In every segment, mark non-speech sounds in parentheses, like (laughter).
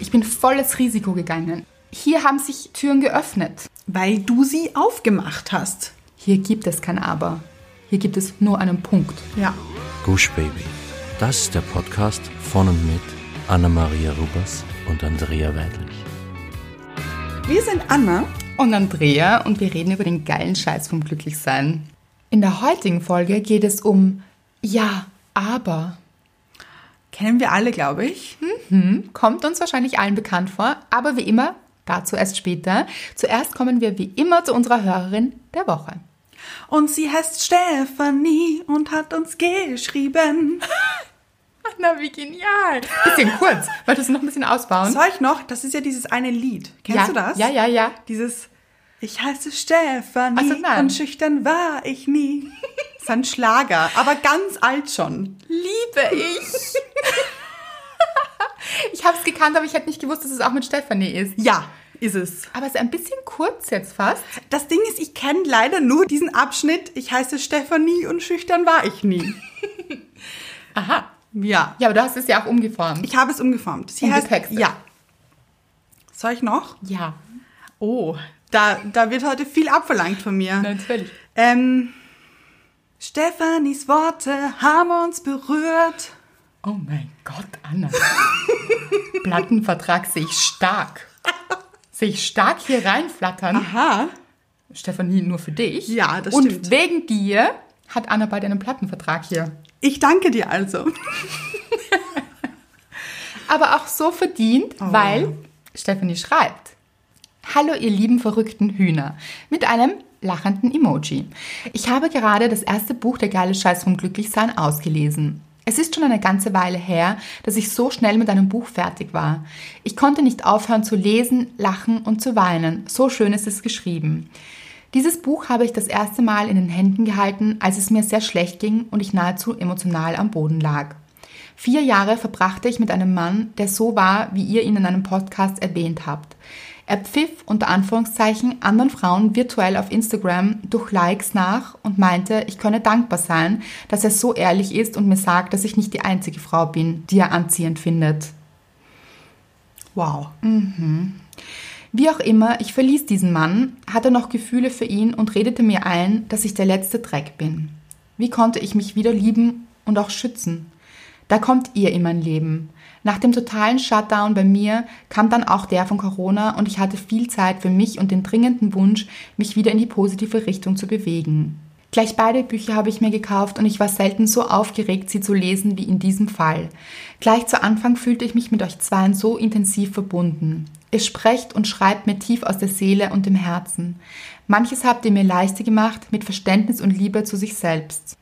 Ich bin volles Risiko gegangen. Hier haben sich Türen geöffnet. Weil du sie aufgemacht hast. Hier gibt es kein Aber. Hier gibt es nur einen Punkt. Ja. Gush Baby. Das ist der Podcast von und mit Anna-Maria Rubers und Andrea Weidlich. Wir sind Anna. Und Andrea und wir reden über den geilen Scheiß vom Glücklichsein. In der heutigen Folge geht es um Ja, aber. Kennen wir alle, glaube ich. Kommt uns wahrscheinlich allen bekannt vor, aber wie immer, dazu erst später. Zuerst kommen wir wie immer zu unserer Hörerin der Woche. Und sie heißt Stephanie und hat uns geschrieben. Hm? Na, wie genial! Bisschen kurz, weil du es noch ein bisschen ausbauen. Soll ich noch? Das ist ja dieses eine Lied. Kennst ja, du das? Ja, ja, ja. Dieses Ich heiße Stephanie Ach so, nein. und schüchtern war (laughs) ich nie. Das ist ein Schlager, aber ganz alt schon. Liebe ich! (laughs) ich habe es gekannt, aber ich hätte nicht gewusst, dass es auch mit Stefanie ist. Ja, ist es. Aber es ist ein bisschen kurz jetzt fast. Das Ding ist, ich kenne leider nur diesen Abschnitt Ich heiße Stephanie und schüchtern war ich nie. (laughs) Aha. Ja. Ja, aber du hast es ja auch umgeformt. Ich habe es umgeformt. Sie Umgetextet. Ja. Soll ich noch? Ja. Oh, da, da wird heute viel abverlangt von mir. Natürlich. Ähm, Stefanis Worte haben uns berührt. Oh mein Gott, Anna. (laughs) Plattenvertrag sehe ich stark. Sehe ich stark hier reinflattern. Aha. Stefanie, nur für dich. Ah. Ja, das Und stimmt. Und wegen dir hat Anna bald einen Plattenvertrag hier. Ich danke dir also. Aber auch so verdient, weil Stefanie schreibt. Hallo ihr lieben verrückten Hühner mit einem lachenden Emoji. Ich habe gerade das erste Buch Der geile Scheiß vom Glücklichsein ausgelesen. Es ist schon eine ganze Weile her, dass ich so schnell mit einem Buch fertig war. Ich konnte nicht aufhören zu lesen, lachen und zu weinen. So schön ist es geschrieben. Dieses Buch habe ich das erste Mal in den Händen gehalten, als es mir sehr schlecht ging und ich nahezu emotional am Boden lag. Vier Jahre verbrachte ich mit einem Mann, der so war, wie ihr ihn in einem Podcast erwähnt habt. Er pfiff unter Anführungszeichen anderen Frauen virtuell auf Instagram durch Likes nach und meinte, ich könne dankbar sein, dass er so ehrlich ist und mir sagt, dass ich nicht die einzige Frau bin, die er anziehend findet. Wow. Wie auch immer, ich verließ diesen Mann, hatte noch Gefühle für ihn und redete mir ein, dass ich der letzte Dreck bin. Wie konnte ich mich wieder lieben und auch schützen? Da kommt ihr in mein Leben. Nach dem totalen Shutdown bei mir kam dann auch der von Corona und ich hatte viel Zeit für mich und den dringenden Wunsch, mich wieder in die positive Richtung zu bewegen. Gleich beide Bücher habe ich mir gekauft und ich war selten so aufgeregt, sie zu lesen wie in diesem Fall. Gleich zu Anfang fühlte ich mich mit euch zweien so intensiv verbunden. Ihr sprecht und schreibt mir tief aus der Seele und dem Herzen. Manches habt ihr mir leichter gemacht, mit Verständnis und Liebe zu sich selbst.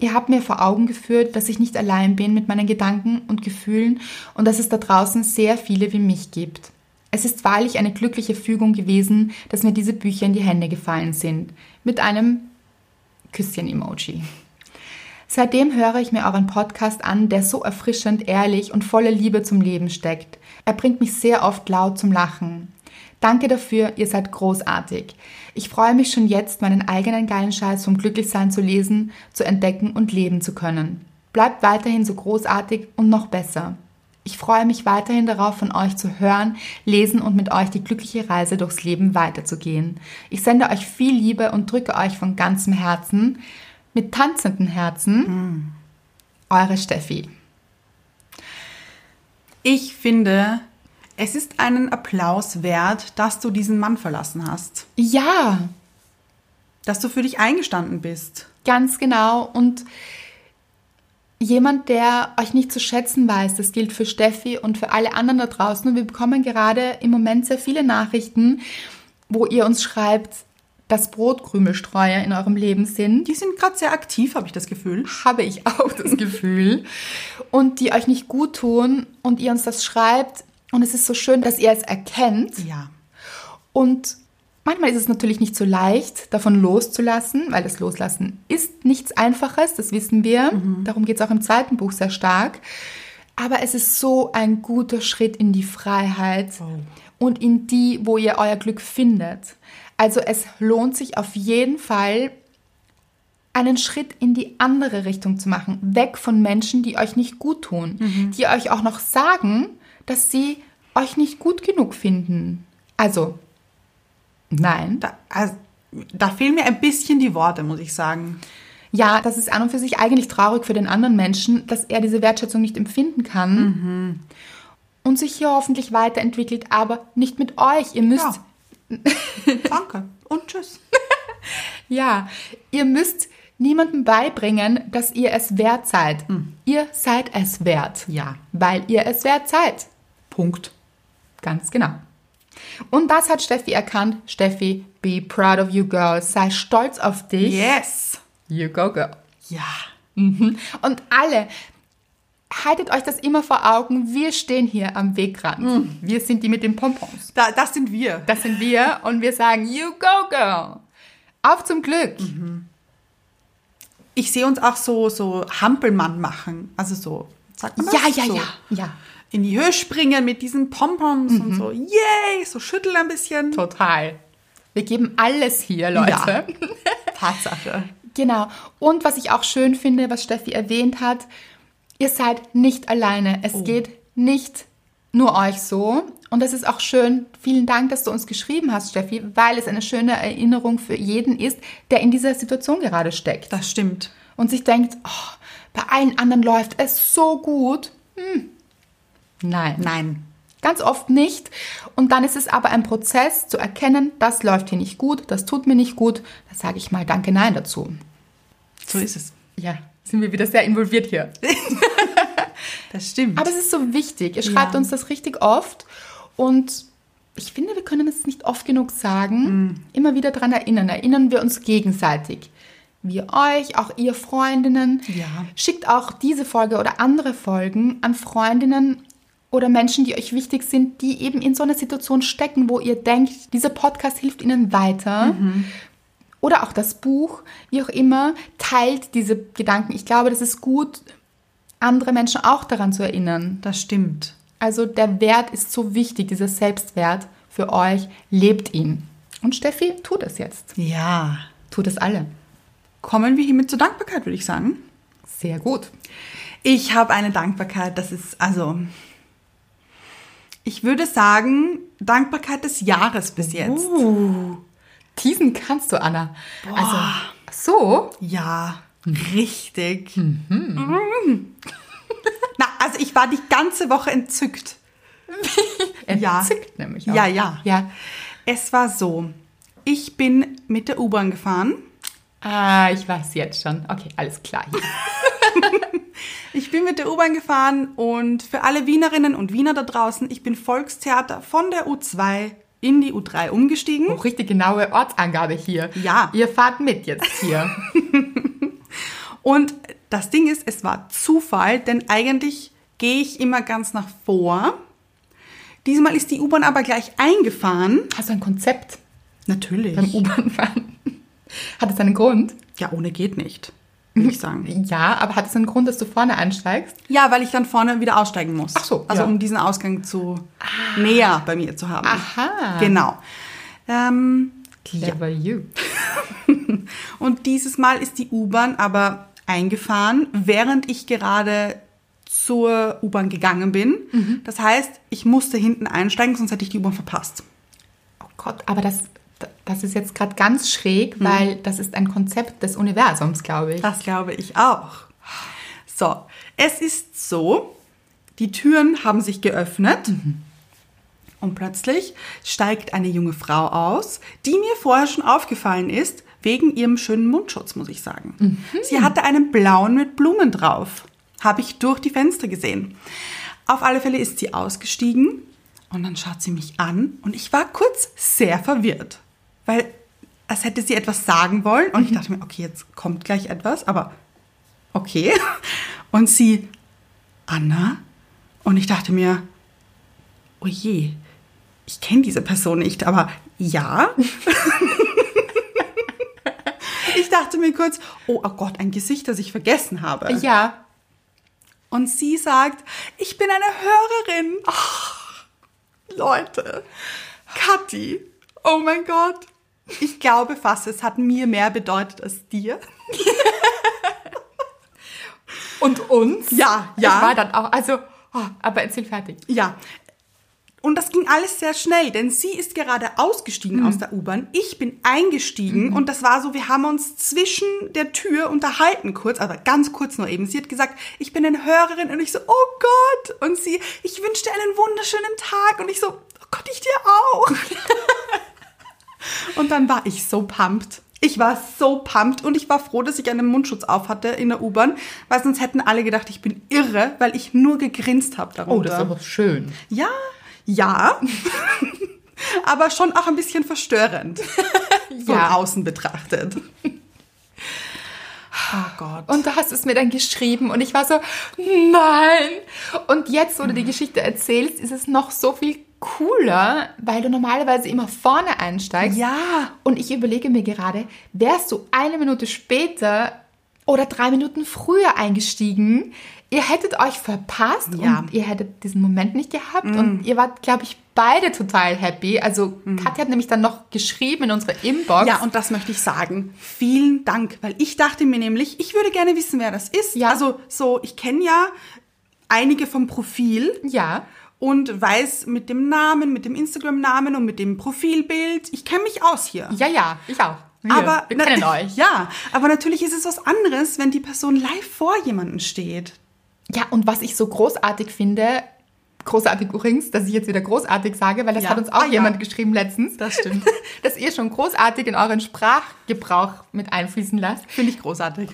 Ihr habt mir vor Augen geführt, dass ich nicht allein bin mit meinen Gedanken und Gefühlen und dass es da draußen sehr viele wie mich gibt. Es ist wahrlich eine glückliche Fügung gewesen, dass mir diese Bücher in die Hände gefallen sind. Mit einem Küsschen-Emoji. Seitdem höre ich mir euren Podcast an, der so erfrischend, ehrlich und voller Liebe zum Leben steckt. Er bringt mich sehr oft laut zum Lachen. Danke dafür, ihr seid großartig. Ich freue mich schon jetzt, meinen eigenen geilen Scheiß vom Glücklichsein zu lesen, zu entdecken und leben zu können. Bleibt weiterhin so großartig und noch besser. Ich freue mich weiterhin darauf, von euch zu hören, lesen und mit euch die glückliche Reise durchs Leben weiterzugehen. Ich sende euch viel Liebe und drücke euch von ganzem Herzen, mit tanzenden Herzen, eure Steffi. Ich finde, es ist einen Applaus wert, dass du diesen Mann verlassen hast. Ja, Dass du für dich eingestanden bist. ganz genau. Und jemand, der euch nicht zu schätzen weiß, das gilt für Steffi und für alle anderen da draußen. Und wir bekommen gerade im Moment sehr viele Nachrichten, wo ihr uns schreibt, dass Brotkrümelstreuer in eurem Leben sind. Die sind gerade sehr aktiv, habe ich das Gefühl. habe ich auch das Gefühl. Und die euch nicht gut tun und ihr uns das schreibt. Und es ist so schön, dass ihr es erkennt. Ja. Und manchmal ist es natürlich nicht so leicht, davon loszulassen, weil das Loslassen ist nichts Einfaches, das wissen wir. Darum geht es auch im zweiten Buch sehr stark. Aber es ist so ein guter Schritt in die Freiheit Oh. und in die, wo ihr euer Glück findet. Also es lohnt sich auf jeden Fall, einen Schritt in die andere Richtung zu machen, Mhm. weg von Menschen, die euch nicht gut tun, die euch auch noch sagen, dass sie euch nicht gut genug finden. Also, nein. Da, also, da fehlen mir ein bisschen die Worte, muss ich sagen. Ja, das ist an und für sich eigentlich traurig für den anderen Menschen, dass er diese Wertschätzung nicht empfinden kann Mhm. und sich hier hoffentlich weiterentwickelt, aber nicht mit euch. Ihr müsst Ja. Danke und tschüss. Ja, ihr müsst niemandem beibringen, dass ihr es wert seid. Ihr seid es wert. Hm. Ja. Weil ihr es wert seid. Punkt. Ganz genau. Und das hat Steffi erkannt. Steffi, be proud of you, girl. Sei stolz auf dich. Yes. You go, girl. Ja. Mhm. Und alle, haltet euch das immer vor Augen. Wir stehen hier am Wegrand. Hm. Wir sind die mit den Pompons. Da, das sind wir. Das sind wir und wir sagen, you go, girl. Auf zum Glück. Mhm. Ich sehe uns auch so, so Hampelmann machen. Also so, sagt man das? Ja, ja, so. ja, ja. In die Höhe springen mit diesen Pompons und so, yay, so schütteln ein bisschen. Total. Wir geben alles hier, Leute. Tatsache. Genau. Und was ich auch schön finde, was Steffi erwähnt hat, ihr seid nicht alleine. Es geht nicht nur euch so. Und das ist auch schön. Vielen Dank, dass du uns geschrieben hast, Steffi, weil es eine schöne Erinnerung für jeden ist, der in dieser Situation gerade steckt Das stimmt. und sich denkt, oh, bei allen anderen läuft es so gut. Hm. Nein. Nein. Ganz oft nicht. Und dann ist es aber ein Prozess zu erkennen, das läuft hier nicht gut, das tut mir nicht gut. Da sage ich mal Danke, Nein dazu. So ist es. Ja, sind wir wieder sehr involviert hier. Das stimmt. Aber es ist so wichtig. Ihr schreibt Ja. uns das richtig oft. Und ich finde, wir können es nicht oft genug sagen. Immer wieder daran erinnern. Erinnern wir uns gegenseitig. Wir euch, auch ihr Freundinnen. Ja. Schickt auch diese Folge oder andere Folgen an Freundinnen oder Menschen, die euch wichtig sind, die eben in so einer Situation stecken, wo ihr denkt, dieser Podcast hilft ihnen weiter. Oder auch das Buch, wie auch immer, teilt diese Gedanken. Ich glaube, das ist gut, andere Menschen auch daran zu erinnern. das stimmt. Also der Wert ist so wichtig, dieser Selbstwert für euch, lebt ihn. Und Steffi, tut es jetzt. Ja. Tut es alle. Kommen wir hiermit zur Dankbarkeit, würde ich sagen. Sehr gut. Ich habe eine Dankbarkeit, das ist, also, ich würde sagen, Dankbarkeit des Jahres bis jetzt. Oh. Teasen kannst du, Anna. Also, so? Ja, richtig. Mhm. (laughs) Na, also ich war die ganze Woche entzückt. Ja. Entzückt nämlich auch. Ja, ja. Ja. Es war so, ich bin mit der U-Bahn gefahren. Ah, ich weiß jetzt schon. Okay, alles klar. Hier. Ich bin mit der U-Bahn gefahren und für alle Wienerinnen und Wiener da draußen, ich bin Volkstheater von der U2 in die U3 umgestiegen. (laughs) Oh, richtig genaue Ortsangabe hier. Ja. Ihr fahrt mit jetzt hier. Und das Ding ist, es war Zufall, denn eigentlich gehe ich immer ganz nach vor. Diesmal ist die U-Bahn aber gleich eingefahren. Hast du ein Konzept Natürlich. beim U-Bahn-Fahren? Hat es einen Grund? Ja, ohne geht nicht, würde ich sagen. Ja, aber hat es einen Grund, dass du vorne einsteigst? Ja, weil ich dann vorne wieder aussteigen muss. Ach so, Also ja. um diesen Ausgang zu näher bei mir zu haben. Aha. Genau. Ähm, Clever you. und dieses Mal ist die U-Bahn aber eingefahren, während ich gerade zur U-Bahn gegangen bin. Das heißt, ich musste hinten einsteigen, sonst hätte ich die U-Bahn verpasst. Oh Gott, aber das, das ist jetzt gerade ganz Hm. schräg, weil das ist ein Konzept des Universums, glaube ich. Das glaube ich auch. So, es ist so, die Türen haben sich geöffnet und plötzlich steigt eine junge Frau aus, die mir vorher schon aufgefallen ist, wegen ihrem schönen Mundschutz, muss ich sagen. Sie hatte einen blauen mit Blumen drauf, habe ich durch die Fenster gesehen. Auf alle Fälle ist sie ausgestiegen und dann schaut sie mich an und ich war kurz sehr verwirrt, weil als hätte sie etwas sagen wollen und ich dachte mir, okay, jetzt kommt gleich etwas, aber okay. Und sie, Anna? Und ich dachte mir, oh je, ich kenne diese Person nicht, aber ja. ich dachte mir kurz, oh, oh Gott, ein Gesicht, das ich vergessen habe. Ja, Und sie sagt, ich bin eine Hörerin. Ach, Leute, Kathi, oh mein Gott. Ich glaube fast, es hat mir mehr bedeutet als dir. und uns? Ja, Ja. ja. Ich war dann auch, also, oh, aber erzähl fertig. Ja, Und das ging alles sehr schnell, denn sie ist gerade ausgestiegen Mhm. aus der U-Bahn. Ich bin eingestiegen und das war so, wir haben uns zwischen der Tür unterhalten kurz, aber ganz kurz nur eben. Sie hat gesagt, ich bin eine Hörerin und ich so, oh Gott. Und sie, ich wünsche dir einen wunderschönen Tag und ich so, oh Gott, ich dir auch. (laughs) Und dann war ich so pumped. Ich war so pumped und ich war froh, dass ich einen Mundschutz auf hatte in der U-Bahn, weil sonst hätten alle gedacht, ich bin irre, weil ich nur gegrinst habe darunter. Oh, das ist aber schön. ja, (laughs) ja, aber schon auch ein (laughs) bisschen verstörend von Ja. außen betrachtet. Oh Gott. Und du hast es mir dann geschrieben und ich war so, nein. Und jetzt, wo Mhm. du die Geschichte erzählst, ist es noch so viel cooler, weil du normalerweise immer vorne einsteigst. Ja. Und ich überlege mir gerade, wärst du eine Minute später oder drei Minuten früher eingestiegen, ihr hättet euch verpasst Ja. Mhm. und ihr hättet diesen Moment nicht gehabt und ihr wart, glaube ich, beide total happy. Also Katja hat nämlich dann noch geschrieben in unsere Inbox. Ja, und das möchte ich sagen. Vielen Dank, weil ich dachte mir nämlich, ich würde gerne wissen, wer das ist. Ja. Also so, ich kenne ja einige vom Profil ja. und weiß mit dem Namen, mit dem Instagram-Namen und mit dem Profilbild, ich kenne mich aus hier. Ja, ja, ich auch. Wir, wir na- kennen euch. (laughs) Ja, aber natürlich ist es was anderes, wenn die Person live vor jemanden steht. Ja, und was ich so großartig finde, großartig übrigens, dass ich jetzt wieder großartig sage, weil das Ja. hat uns auch Ah, ja. jemand geschrieben letztens, Das stimmt. (laughs) dass ihr schon großartig in euren Sprachgebrauch mit einfließen lasst, Finde ich großartig.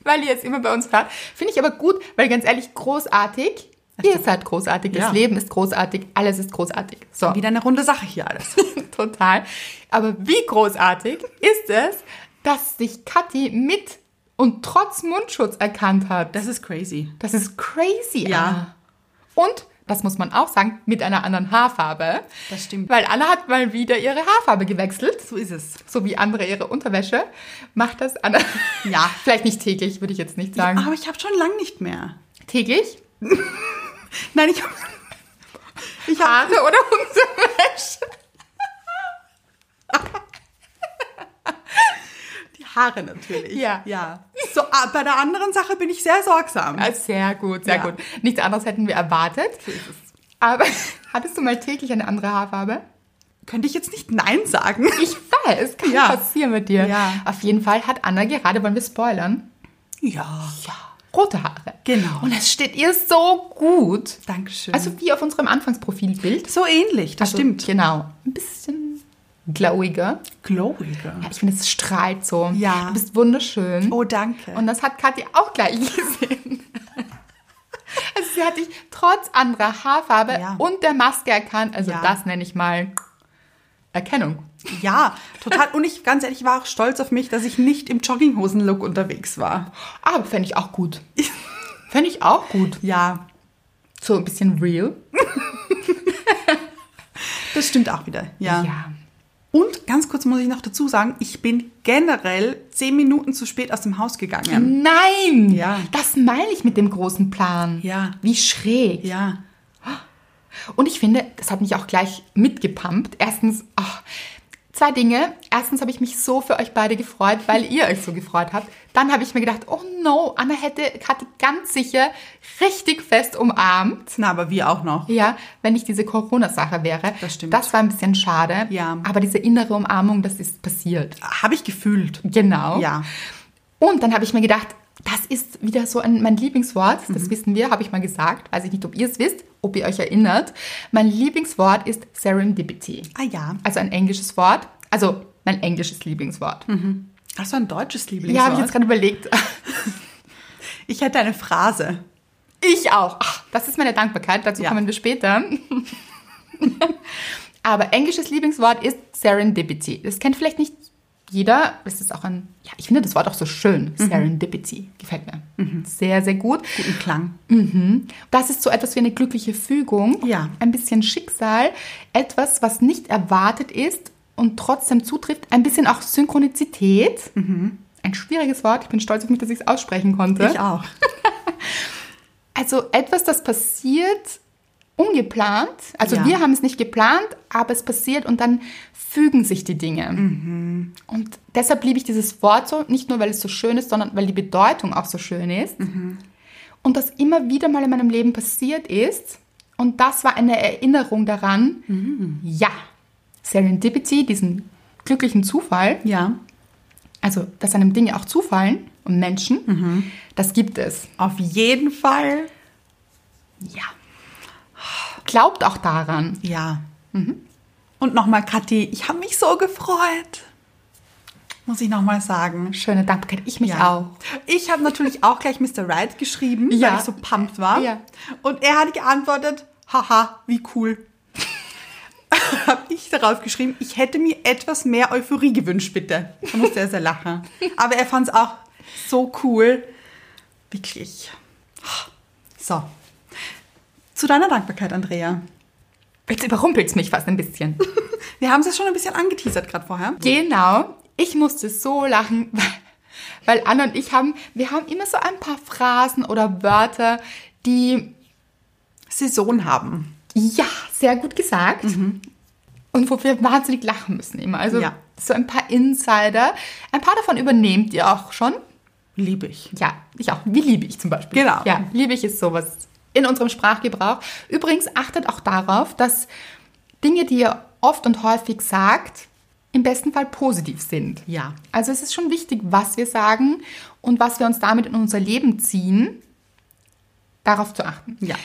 weil ihr jetzt immer bei uns fahrt. Finde ich aber gut, weil ganz ehrlich, großartig, ihr seid großartig, das Ja. Leben ist großartig, alles ist großartig. So, Wieder eine runde Sache hier alles. (laughs) total. Aber wie großartig ist es, dass sich Kathi mit und trotz Mundschutz erkannt hat? Das ist crazy. Das ist crazy. Ja. Anna. Und, das muss man auch sagen, mit einer anderen Haarfarbe. Das stimmt. Weil Anna hat mal wieder ihre Haarfarbe gewechselt, So ist es. so wie andere ihre Unterwäsche. Macht das Anna? Ja. (laughs) Vielleicht nicht täglich, würde ich jetzt nicht sagen. Aber ich habe schon lang nicht mehr. Täglich? Nein, ich habe (laughs) ich hab, Haare oder Unterwäsche? die Haare natürlich. Ja. ja. So, ah, bei der anderen Sache bin ich sehr sorgsam. Ah, Sehr gut, sehr Ja. gut. Nichts anderes hätten wir erwartet. Aber (laughs) hattest du mal täglich eine andere Haarfarbe? Könnte ich jetzt nicht Nein sagen? Ich weiß, kann Ja. passieren mit dir. Ja. Auf jeden Fall hat Anna gerade, wollen wir spoilern, Ja. rote Haare. Genau. Und das steht ihr so gut. Dankeschön. Also wie auf unserem Anfangsprofilbild. so ähnlich, das Also, stimmt. Genau. Ein bisschen glowiger. Glowiger. Ja, ich finde, es strahlt so. Ja. Du bist wunderschön. Oh, danke. Und das hat Kathi auch gleich (laughs) gesehen. Also sie hat dich trotz anderer Haarfarbe Ja. und der Maske erkannt. Also Ja. das nenne ich mal Erkennung. ja, total. Und ich, ganz ehrlich, war auch stolz auf mich, dass ich nicht im Jogginghosen-Look unterwegs war. Aber Ah, fände ich auch (laughs) gut. Fände ich auch gut. Ja, So ein bisschen real. das stimmt auch wieder. Ja. Und ganz kurz muss ich noch dazu sagen, ich bin generell zehn Minuten zu spät aus dem Haus gegangen. Nein! Ja. Das meine ich mit dem großen Plan. Ja. Wie schräg. Ja. Und ich finde, das hat mich auch gleich mitgepumpt. Erstens, ach, zwei Dinge. Erstens habe ich mich so für euch beide gefreut, weil (laughs) ihr euch so gefreut habt. Dann habe ich mir gedacht, oh no, Anna hätte Kathi ganz sicher richtig fest umarmt. Na, aber wir auch noch. Ja, wenn nicht diese Corona-Sache wäre. Das stimmt. Das war ein bisschen schade. Ja. Aber diese innere Umarmung, das ist passiert. Habe ich gefühlt. Genau. Ja. Und dann habe ich mir gedacht, das ist wieder so ein, mein Lieblingswort, Mhm. das wissen wir, habe ich mal gesagt. Weiß ich nicht, ob ihr es wisst, ob ihr euch erinnert. Mein Lieblingswort ist Serendipity. Ah ja. Also ein englisches Wort, also mein englisches Lieblingswort. Hast du ein deutsches Mhm. Lieblingswort? Ja, habe ich jetzt gerade überlegt. (laughs) ich hätte eine Phrase. Ich auch. Ach, das ist meine Dankbarkeit, dazu Ja. kommen wir (laughs) später. Aber englisches Lieblingswort ist Serendipity. Das kennt vielleicht nicht jeder. Das ist auch ein, ja, ich finde das Wort auch so schön. Mhm. Serendipity. Gefällt mir. Sehr, sehr gut. Guten Klang. Das ist so etwas wie eine glückliche Fügung, Ja. ein bisschen Schicksal, etwas, was nicht erwartet ist und trotzdem zutrifft, ein bisschen auch Synchronizität. Ein schwieriges Wort, ich bin stolz auf mich, dass ich es aussprechen konnte. Ich auch. Also etwas, das passiert ungeplant. Also Ja. wir haben es nicht geplant, aber es passiert und dann fügen sich die Dinge. Und deshalb liebe ich dieses Wort so, nicht nur weil es so schön ist, sondern weil die Bedeutung auch so schön ist. Und das immer wieder mal in meinem Leben passiert ist Und das war eine Erinnerung daran, ja, Serendipity, diesen glücklichen Zufall, Ja, also dass einem Dinge auch zufallen und Menschen, das gibt es. auf jeden Fall. Ja. Glaubt auch daran. Ja. Mhm. Und nochmal, Kathi, ich habe mich so gefreut. Muss ich nochmal sagen. Schöne Dankbarkeit. Ich mich Ja. auch. Ich habe natürlich auch gleich Mr. Right geschrieben, Ja. weil ich so pumped war. Ja. Und er hat geantwortet, haha, wie cool. (laughs) habe ich darauf geschrieben, ich hätte mir etwas mehr Euphorie gewünscht, bitte. Da musste er sehr lachen. Aber er fand es auch so cool. Wirklich. So. Zu deiner Dankbarkeit, Andrea. Jetzt überrumpelt es mich fast ein (laughs) bisschen. Wir haben es ja schon ein bisschen angeteasert gerade vorher. Genau. Ich musste so lachen, (laughs) weil Anna und ich haben, wir haben immer so ein paar Phrasen oder Wörter, die, Saison haben. ja, sehr gut gesagt. Und wo wir wahnsinnig lachen müssen immer. Also Mhm. Ja. so ein paar Insider. Ein paar davon übernehmt ihr auch schon. Liebe ich. Ja, ich auch. Wie liebe ich zum Beispiel. Genau. Ja, liebe ich ist sowas in unserem Sprachgebrauch. Übrigens achtet auch darauf, dass Dinge, die ihr oft und häufig sagt, im besten Fall positiv sind. Ja. Also es ist schon wichtig, was wir sagen und was wir uns damit in unser Leben ziehen, darauf zu achten. Ja.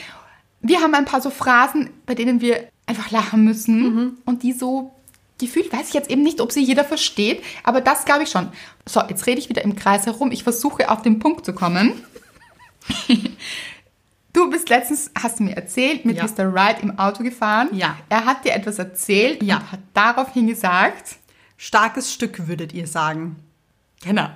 Wir haben ein paar so Phrasen, bei denen wir einfach lachen müssen Mhm. und die so gefühlt, weiß ich jetzt eben nicht, ob sie jeder versteht, aber das glaube ich schon. So, jetzt rede ich wieder im Kreis herum. Ich versuche auf den Punkt zu kommen. (laughs) Du bist letztens, hast du mir erzählt, mit Ja. Mr. Wright im Auto gefahren. Ja. Er hat dir etwas erzählt Ja. und hat daraufhin gesagt, Starkes Stück, würdet ihr sagen. genau,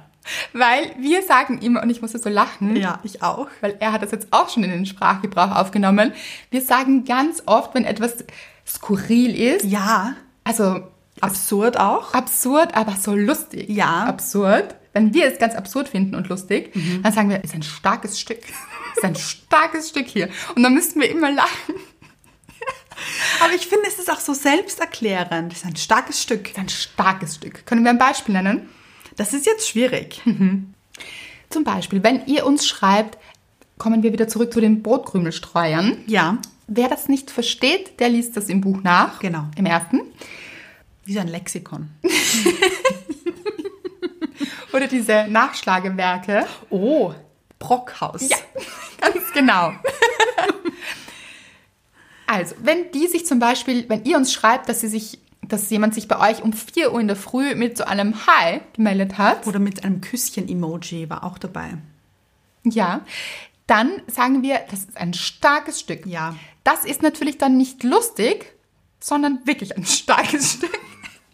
weil wir sagen immer, und ich musste so lachen, Ja, ich auch. weil er hat das jetzt auch schon in den Sprachgebrauch aufgenommen. Wir sagen ganz oft, wenn etwas skurril ist, Ja. also Absurd auch. absurd, aber so lustig. Ja. Mhm. Absurd. Wenn wir es ganz absurd finden und lustig, dann sagen wir, ist ein starkes Stück. (laughs) ist ein starkes Stück hier. Und dann müssten wir immer lachen. Aber ich finde, es ist auch so selbsterklärend. Das ist ein starkes Stück. Ist ein starkes Stück. Können wir ein Beispiel nennen? Das ist jetzt schwierig. Zum Beispiel, wenn ihr uns schreibt, kommen wir wieder zurück zu den Brotkrümelstreuern. Ja. Wer das nicht versteht, der liest das im Buch nach. Genau. Im ersten. Wie so ein Lexikon. Oder diese Nachschlagewerke. Oh, Brockhaus. Ja, ganz (laughs) genau. also, wenn die sich zum Beispiel, wenn ihr uns schreibt, dass sie sich, dass jemand sich bei euch um 4 Uhr in der Früh mit so einem Hi gemeldet hat, Oder mit einem Küsschen-Emoji war auch dabei. ja, dann sagen wir, das ist ein starkes Stück. Ja. Das ist natürlich dann nicht lustig, sondern wirklich ein starkes (laughs) Stück.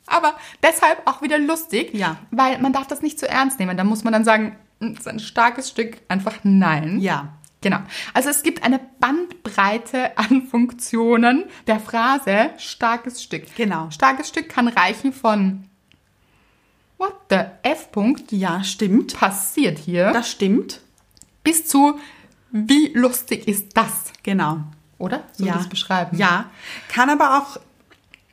Aber deshalb auch wieder lustig, Ja. weil man darf das nicht zu ernst nehmen. Da muss man dann sagen, "Mm, das ist ein starkes Stück, einfach nein. Ja. Genau. Also es gibt eine Bandbreite an Funktionen der Phrase starkes Stück. Genau. Starkes Stück kann reichen von What the F-Punkt Ja, stimmt. passiert hier Das stimmt. bis zu Wie lustig ist das? Genau. Oder? So ja. wie es beschreiben. Ja. Kann aber auch,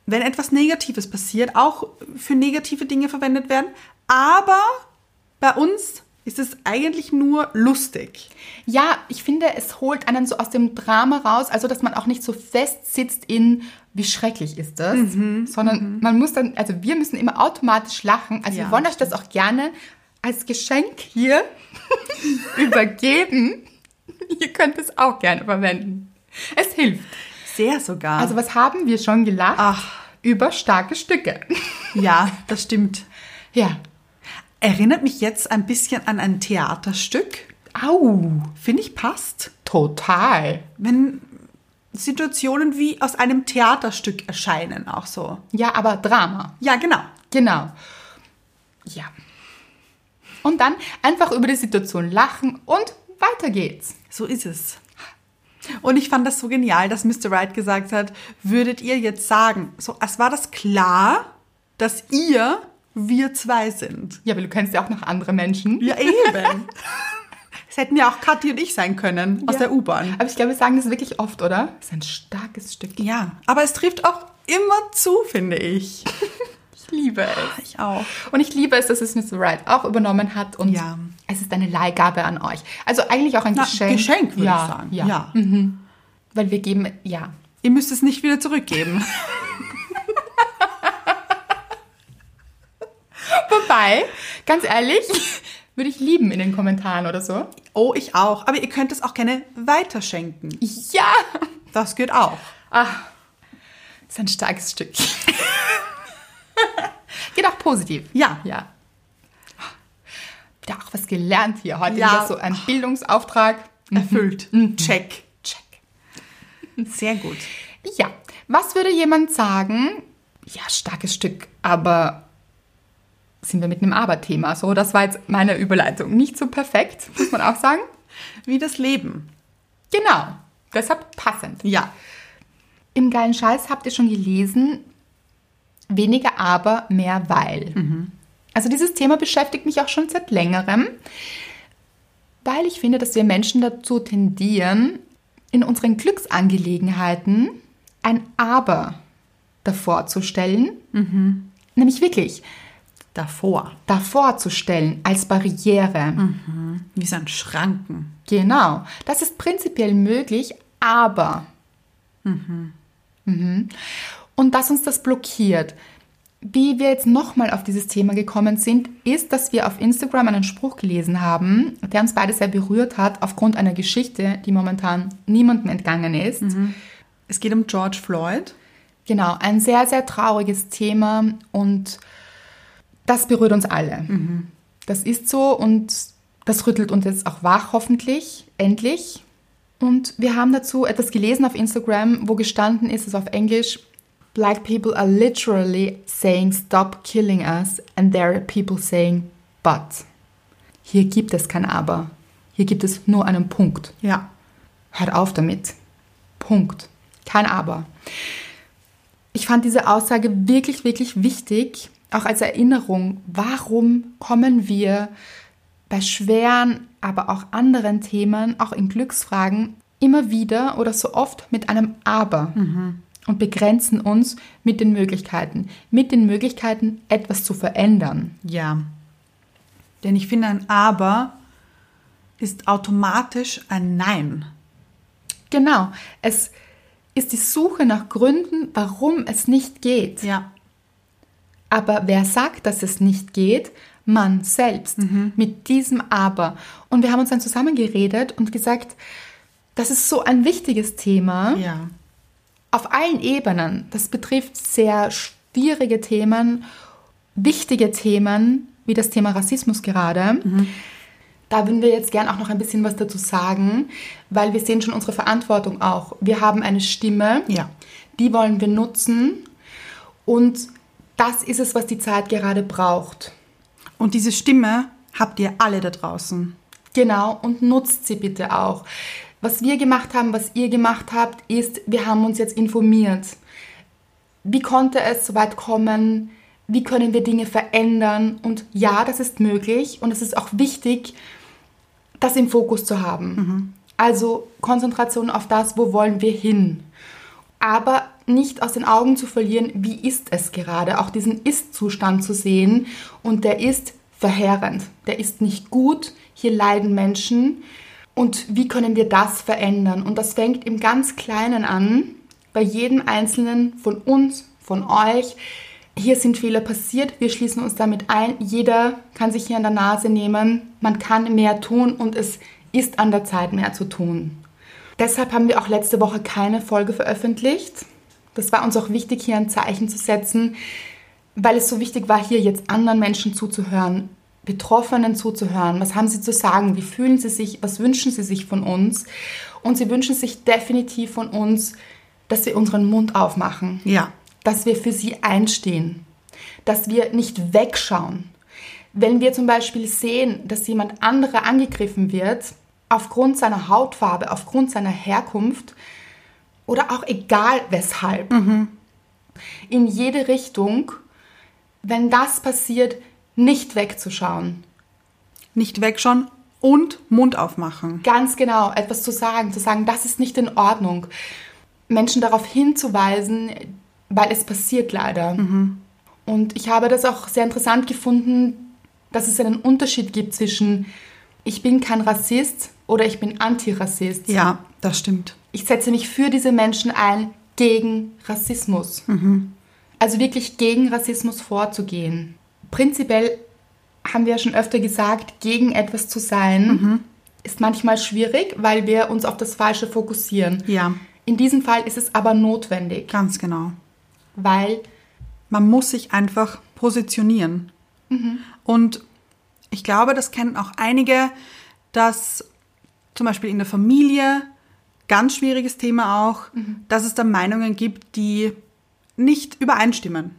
wenn etwas Negatives passiert, auch für negative Dinge verwendet werden. Aber bei uns ist es eigentlich nur lustig. Ja, ich finde, es holt einen so aus dem Drama raus, also dass man auch nicht so fest sitzt in, wie schrecklich ist das, sondern man muss dann, also wir müssen immer automatisch lachen. Also Ja, wir wollen euch das auch gerne als Geschenk hier (laughs) übergeben. (laughs) Ihr könnt es auch gerne verwenden. Es hilft. Sehr sogar. Also was haben wir schon gelacht? Ach. Über starke Stücke. ja, das stimmt. ja. Erinnert mich jetzt ein bisschen an ein Theaterstück. Au. Finde ich passt. Total. Wenn Situationen wie aus einem Theaterstück erscheinen, auch so. Ja, aber Drama. Ja, genau. Genau. Ja. Und dann einfach über die Situation lachen und weiter geht's. So ist es. Und ich fand das so genial, dass Mr. Wright gesagt hat, würdet ihr jetzt sagen, so, es war das klar, dass ihr wir zwei sind. Ja, aber du kennst ja auch noch andere Menschen. Ja, eben. Es hätten ja auch Kathi und ich sein können aus Ja. der U-Bahn. Aber ich glaube, wir sagen das wirklich oft, oder? Das ist ein starkes Stück. Ja, aber es trifft auch immer zu, finde ich. Ich liebe es. Ich auch. Und ich liebe es, dass es Mr. Wright auch übernommen hat. Und Ja. es ist eine Leihgabe an euch. Also eigentlich auch ein Na, Geschenk. Geschenk, würde ja, ich sagen. Ja. Ja. weil wir geben, ja. Ihr müsst es nicht wieder (laughs) zurückgeben. Wobei, ganz ehrlich, (laughs) würde ich lieben in den Kommentaren oder so. oh, ich auch. Aber ihr könnt es auch gerne weiterschenken. Ja! Das geht auch. Ah, Das ist ein starkes Stück. (laughs) Geht auch positiv. Ja. Ja. Wieder auch was gelernt hier heute. Ja. Wieder so ein Bildungsauftrag. (laughs) Erfüllt. Check. Check. Sehr gut. Ja. Was würde jemand sagen? Ja, starkes Stück, aber sind wir mit einem Aber-Thema. So, das war jetzt meine Überleitung. Nicht so perfekt, muss man auch sagen. Wie das Leben. Genau. Deshalb passend. Ja. Im geilen Scheiß habt ihr schon gelesen, weniger aber, mehr weil. Also dieses Thema beschäftigt mich auch schon seit längerem, weil ich finde, dass wir Menschen dazu tendieren, in unseren Glücksangelegenheiten ein aber davor zu stellen. Nämlich wirklich Davor. davor zu stellen als Barriere. Wie so ein Schranken. Genau, das ist prinzipiell möglich, aber. Mhm. Und dass uns das blockiert. Wie wir jetzt nochmal auf dieses Thema gekommen sind, ist, dass wir auf Instagram einen Spruch gelesen haben, der uns beide sehr berührt hat, aufgrund einer Geschichte, die momentan niemandem entgangen ist. Es geht um George Floyd. Genau, ein sehr, sehr trauriges Thema und das berührt uns alle. Das ist so und das rüttelt uns jetzt auch wach, hoffentlich, endlich. Und wir haben dazu etwas gelesen auf Instagram, wo gestanden ist, es auf Englisch, Black people are literally saying stop killing us and there are people saying but. Hier gibt es kein Aber. Hier gibt es nur einen Punkt. Ja. Hört auf damit. Punkt. Kein Aber. Ich fand diese Aussage wirklich, wirklich wichtig, auch als Erinnerung. Warum kommen wir bei schweren, aber auch anderen Themen, auch in Glücksfragen, immer wieder oder so oft mit einem Aber und begrenzen uns mit den Möglichkeiten, mit den Möglichkeiten, etwas zu verändern? Ja. Denn ich finde, ein Aber ist automatisch ein Nein. Genau, es ist die Suche nach Gründen, warum es nicht geht. Ja. Aber wer sagt, dass es nicht geht? Man selbst. Mit diesem Aber. Und wir haben uns dann zusammengeredet und gesagt, das ist so ein wichtiges Thema Ja. auf allen Ebenen. Das betrifft sehr schwierige Themen, wichtige Themen, wie das Thema Rassismus gerade. Da würden wir jetzt gern auch noch ein bisschen was dazu sagen, weil wir sehen schon unsere Verantwortung auch. Wir haben eine Stimme, Ja. die wollen wir nutzen und das ist es, was die Zeit gerade braucht. Und diese Stimme habt ihr alle da draußen. Genau, und nutzt sie bitte auch. Was wir gemacht haben, was ihr gemacht habt, ist, wir haben uns jetzt informiert. Wie konnte es so weit kommen? Wie können wir Dinge verändern? Und ja, das ist möglich und es ist auch wichtig, das im Fokus zu haben. Also Konzentration auf das, wo wollen wir hin? Aber nicht aus den Augen zu verlieren, wie ist es gerade? Auch diesen Ist-Zustand zu sehen. Und der ist verheerend. Der ist nicht gut. Hier leiden Menschen. Und wie können wir das verändern? Und das fängt im ganz Kleinen an, bei jedem Einzelnen von uns, von euch. Hier sind Fehler passiert, wir schließen uns damit ein. Jeder kann sich hier an der Nase nehmen. Man kann mehr tun und es ist an der Zeit, mehr zu tun. Deshalb haben wir auch letzte Woche keine Folge veröffentlicht. Das war uns auch wichtig, hier ein Zeichen zu setzen, weil es so wichtig war, hier jetzt anderen Menschen zuzuhören, Betroffenen zuzuhören. Was haben sie zu sagen? Wie fühlen sie sich? Was wünschen sie sich von uns? Und sie wünschen sich definitiv von uns, dass wir unseren Mund aufmachen Ja. dass wir für sie einstehen, dass wir nicht wegschauen. Wenn wir zum Beispiel sehen, dass jemand anderer angegriffen wird, aufgrund seiner Hautfarbe, aufgrund seiner Herkunft oder auch egal weshalb, in jede Richtung, wenn das passiert, nicht wegzuschauen. Nicht wegschauen und Mund aufmachen. Ganz genau, etwas zu sagen, zu sagen, das ist nicht in Ordnung. Menschen darauf hinzuweisen, weil es passiert leider. Und ich habe das auch sehr interessant gefunden, dass es einen Unterschied gibt zwischen ich bin kein Rassist oder ich bin Antirassist. Ja, das stimmt. Ich setze mich für diese Menschen ein, gegen Rassismus. Also wirklich gegen Rassismus vorzugehen. Prinzipiell haben wir ja schon öfter gesagt, gegen etwas zu sein ist manchmal schwierig, weil wir uns auf das Falsche fokussieren. Ja. In diesem Fall ist es aber notwendig, Ganz genau. weil Man muss sich einfach positionieren. Und ich glaube, das kennen auch einige, dass zum Beispiel in der Familie, ganz schwieriges Thema auch, dass es da Meinungen gibt, die nicht übereinstimmen.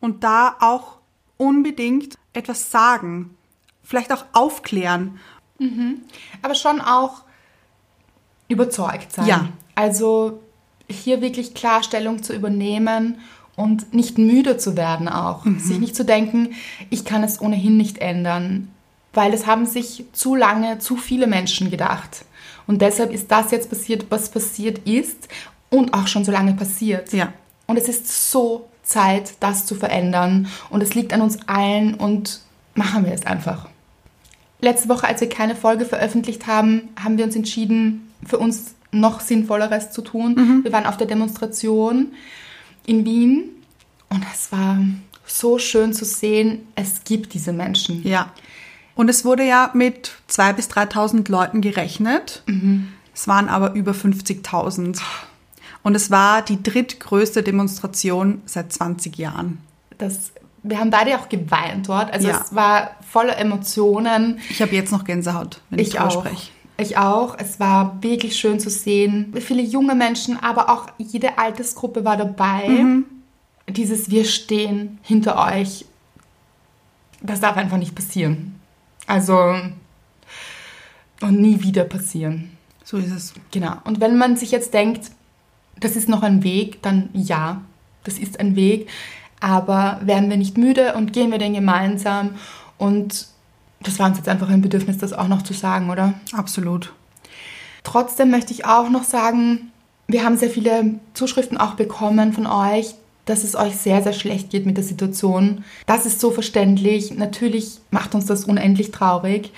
Und da auch unbedingt etwas sagen, vielleicht auch aufklären. aber schon auch überzeugt sein. Ja. Also hier wirklich Klarstellung zu übernehmen und nicht müde zu werden auch. Sich nicht zu denken, ich kann es ohnehin nicht ändern, weil es haben sich zu lange zu viele Menschen gedacht. Und deshalb ist das jetzt passiert, was passiert ist und auch schon so lange passiert. Ja. Und es ist so Zeit, das zu verändern. Und es liegt an uns allen und machen wir es einfach. Letzte Woche, als wir keine Folge veröffentlicht haben, haben wir uns entschieden, für uns noch Sinnvolleres zu tun. Mhm. Wir waren auf der Demonstration in Wien und es war so schön zu sehen, es gibt diese Menschen. Ja. Und es wurde ja mit 2.000 bis 3.000 Leuten gerechnet. Es waren aber über 50.000. Und es war die drittgrößte Demonstration seit 20 Jahren. Das, wir haben beide auch geweint dort. Also Ja. es war voller Emotionen. Ich habe jetzt noch Gänsehaut, wenn ich, drüber spreche. Ich auch. Es war wirklich schön zu sehen. Viele junge Menschen, aber auch jede Altersgruppe war dabei. Mhm. Dieses Wir stehen hinter euch, das darf einfach nicht passieren. Also, und nie wieder passieren. So ist es. Genau. Und wenn man sich jetzt denkt, das ist noch ein Weg, dann ja, das ist ein Weg. Aber werden wir nicht müde und gehen wir denn gemeinsam? Und das war uns jetzt einfach ein Bedürfnis, das auch noch zu sagen, oder? Absolut. Trotzdem möchte ich auch noch sagen, wir haben sehr viele Zuschriften auch bekommen von euch, dass es euch sehr, sehr schlecht geht mit der Situation. Das ist so verständlich. Natürlich macht uns das unendlich traurig.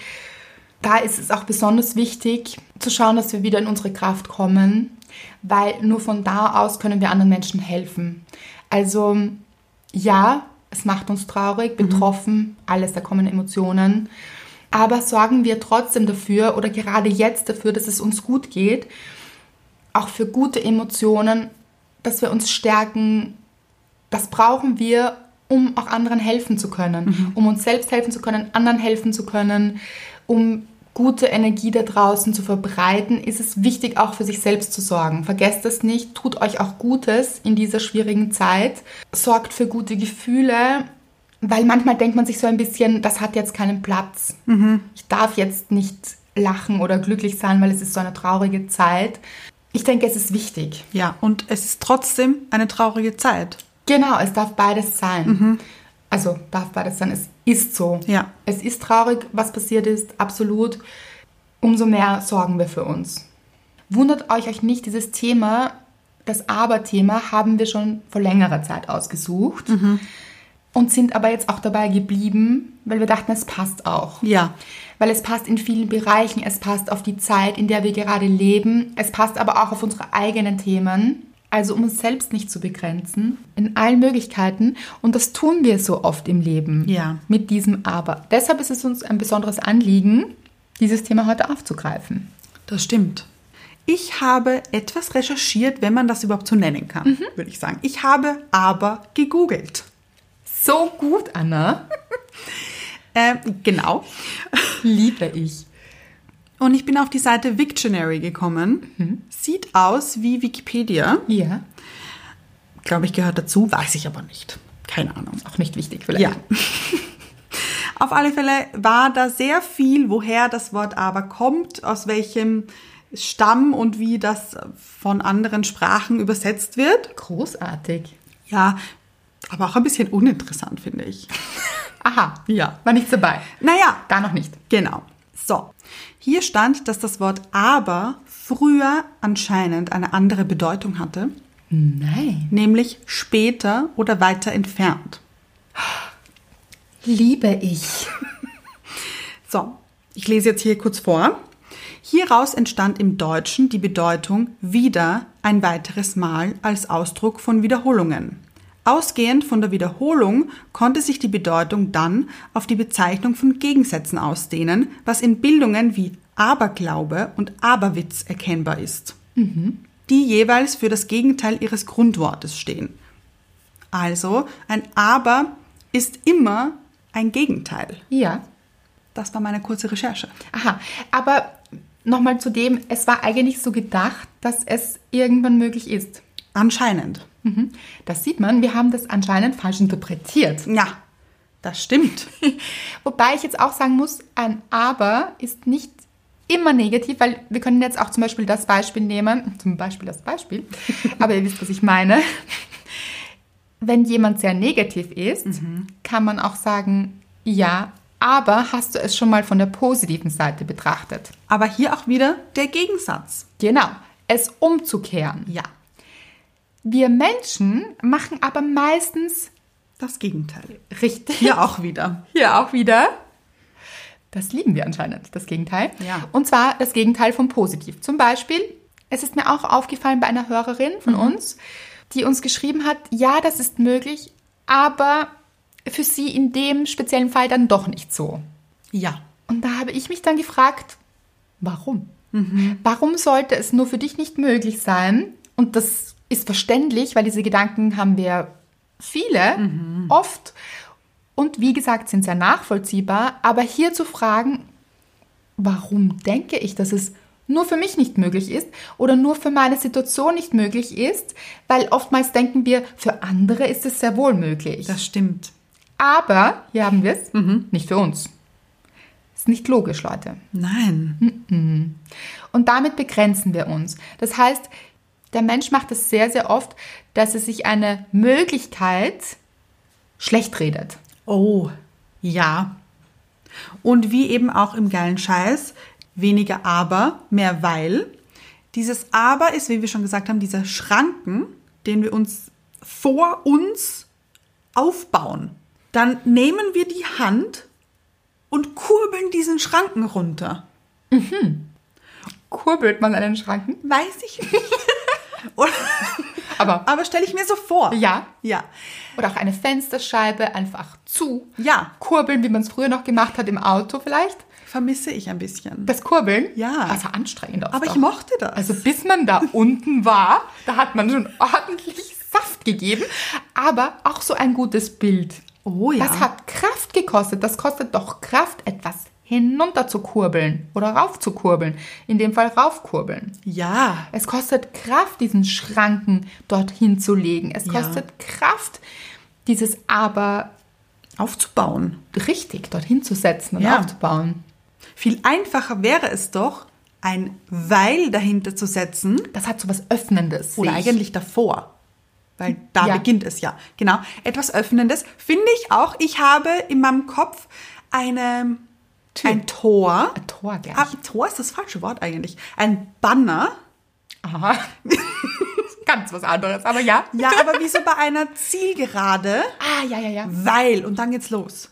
Da ist es auch besonders wichtig zu schauen, dass wir wieder in unsere Kraft kommen, weil nur von da aus können wir anderen Menschen helfen. Also ja, es macht uns traurig, betroffen, alles, da kommen Emotionen. Aber sorgen wir trotzdem dafür oder gerade jetzt dafür, dass es uns gut geht, auch für gute Emotionen, dass wir uns stärken. Das brauchen wir, um auch anderen helfen zu können, um uns selbst helfen zu können, anderen helfen zu können, um gute Energie da draußen zu verbreiten, ist es wichtig, auch für sich selbst zu sorgen. Vergesst das nicht, tut euch auch Gutes in dieser schwierigen Zeit, sorgt für gute Gefühle, weil manchmal denkt man sich so ein bisschen, das hat jetzt keinen Platz. Ich darf jetzt nicht lachen oder glücklich sein, weil es ist so eine traurige Zeit. Ich denke, es ist wichtig. Ja, und es ist trotzdem eine traurige Zeit. Genau, es darf beides sein. Also darf beides sein. Es ist so. Mhm. Ja. Es ist traurig, was passiert ist, absolut. Umso mehr sorgen wir für uns. Wundert euch euch nicht, dieses Thema, das Aber-Thema, haben wir schon vor längerer Zeit ausgesucht Mhm. und sind aber jetzt auch dabei geblieben, weil wir dachten, es passt auch. Ja. Weil es passt in vielen Bereichen, es passt auf die Zeit, in der wir gerade leben, es passt aber auch auf unsere eigenen Themen. Also um uns selbst nicht zu begrenzen, in allen Möglichkeiten. Und das tun wir so oft im Leben. Ja. Mit diesem Aber. Deshalb ist es uns ein besonderes Anliegen, dieses Thema heute aufzugreifen. Das stimmt. Ich habe etwas recherchiert, wenn man das überhaupt so nennen kann, würde ich sagen. Ich habe aber gegoogelt. So gut, Anna. Ähm, genau. Liebe ich. Und ich bin auf die Seite Wiktionary gekommen. Sieht aus wie Wikipedia. Ja. Glaube ich, gehört dazu, weiß ich aber nicht. Keine Ahnung. Auch nicht wichtig vielleicht. Ja. (laughs) Auf alle Fälle war da sehr viel, woher das Wort aber kommt, aus welchem Stamm und wie das von anderen Sprachen übersetzt wird. Großartig. Ja, aber auch ein bisschen uninteressant, finde ich. Aha. Ja. War nichts dabei. Naja, Da noch nicht. Genau. So, hier stand, dass das Wort aber früher anscheinend eine andere Bedeutung hatte, Nein. nämlich später oder weiter entfernt. Liebe ich. So, ich lese jetzt hier kurz vor. Hieraus entstand im Deutschen die Bedeutung wieder ein weiteres Mal als Ausdruck von Wiederholungen. Ausgehend von der Wiederholung konnte sich die Bedeutung dann auf die Bezeichnung von Gegensätzen ausdehnen, was in Bildungen wie Aberglaube und Aberwitz erkennbar ist, die jeweils für das Gegenteil ihres Grundwortes stehen. Also ein Aber ist immer ein Gegenteil. Ja. Das war meine kurze Recherche. Aha, aber nochmal zu dem, es war eigentlich so gedacht, dass es irgendwann möglich ist. Anscheinend. Mhm. Das sieht man, wir haben das anscheinend falsch interpretiert. Ja, das stimmt. Wobei ich jetzt auch sagen muss, ein Aber ist nicht immer negativ, weil wir können jetzt auch zum Beispiel das Beispiel nehmen, zum Beispiel das Beispiel, aber ihr wisst, was ich meine. Wenn jemand sehr negativ ist, kann man auch sagen, ja, aber hast du es schon mal von der positiven Seite betrachtet? Aber hier auch wieder der Gegensatz. Genau, es umzukehren. Ja, Wir Menschen machen aber meistens das Gegenteil. richtig. Hier auch wieder. Hier auch wieder. Das lieben wir anscheinend, das Gegenteil. Ja. Und zwar das Gegenteil von positiv. Zum Beispiel, es ist mir auch aufgefallen bei einer Hörerin von uns, die uns geschrieben hat, ja, das ist möglich, aber für sie in dem speziellen Fall dann doch nicht so. Ja. Und da habe ich mich dann gefragt, warum? Warum sollte es nur für dich nicht möglich sein? Und das ist verständlich, weil diese Gedanken haben wir viele, oft. Und wie gesagt, sind sehr nachvollziehbar. Aber hier zu fragen, warum denke ich, dass es nur für mich nicht möglich ist oder nur für meine Situation nicht möglich ist, weil oftmals denken wir, für andere ist es sehr wohl möglich. Das stimmt. Aber, hier haben wir es, Mhm. nicht für uns. Ist nicht logisch, Leute. Nein. Und damit begrenzen wir uns. Das heißt, der Mensch macht es sehr, sehr oft, dass er sich eine Möglichkeit schlecht redet. Oh, ja. Und wie eben auch im geilen Scheiß, weniger aber, mehr weil. Dieses aber ist, wie wir schon gesagt haben, dieser Schranken, den wir uns vor uns aufbauen. Dann nehmen wir die Hand und kurbeln diesen Schranken runter. Kurbelt man an den Schranken? Weiß ich nicht. (laughs) Oder- Aber aber stelle ich mir so vor. ja. Ja. Oder auch eine Fensterscheibe einfach zu. Ja. Kurbeln, wie man es früher noch gemacht hat im Auto vielleicht. Vermisse ich ein bisschen. Das Kurbeln? Ja. Also anstrengend aus. Aber ich mochte das. Also bis man da unten war, da hat man schon ordentlich Saft gegeben, aber auch so ein gutes Bild. Oh ja. Das hat Kraft gekostet. Das kostet doch Kraft, etwas hinunter zu kurbeln oder rauf zu kurbeln. In dem Fall raufkurbeln. ja. Es kostet Kraft, diesen Schranken dorthin zu legen. Es Ja. kostet Kraft, dieses Aber Aufzubauen. richtig dorthin zu setzen und Ja. aufzubauen. Viel einfacher wäre es doch, ein Weil dahinter zu setzen Das hat so was Öffnendes. oder sehe ich. eigentlich davor. Weil da Ja. beginnt es ja. Genau. Etwas Öffnendes finde ich auch. Ich habe in meinem Kopf eine, ein Tor. Ein Tor gleich. Ah, Tor ist das falsche Wort eigentlich. Ein Banner. Aha. (laughs) Ganz was anderes, aber ja. (laughs) Ja, aber wie so bei einer Zielgerade. Ah, ja, ja, ja. Weil. Und dann geht's los.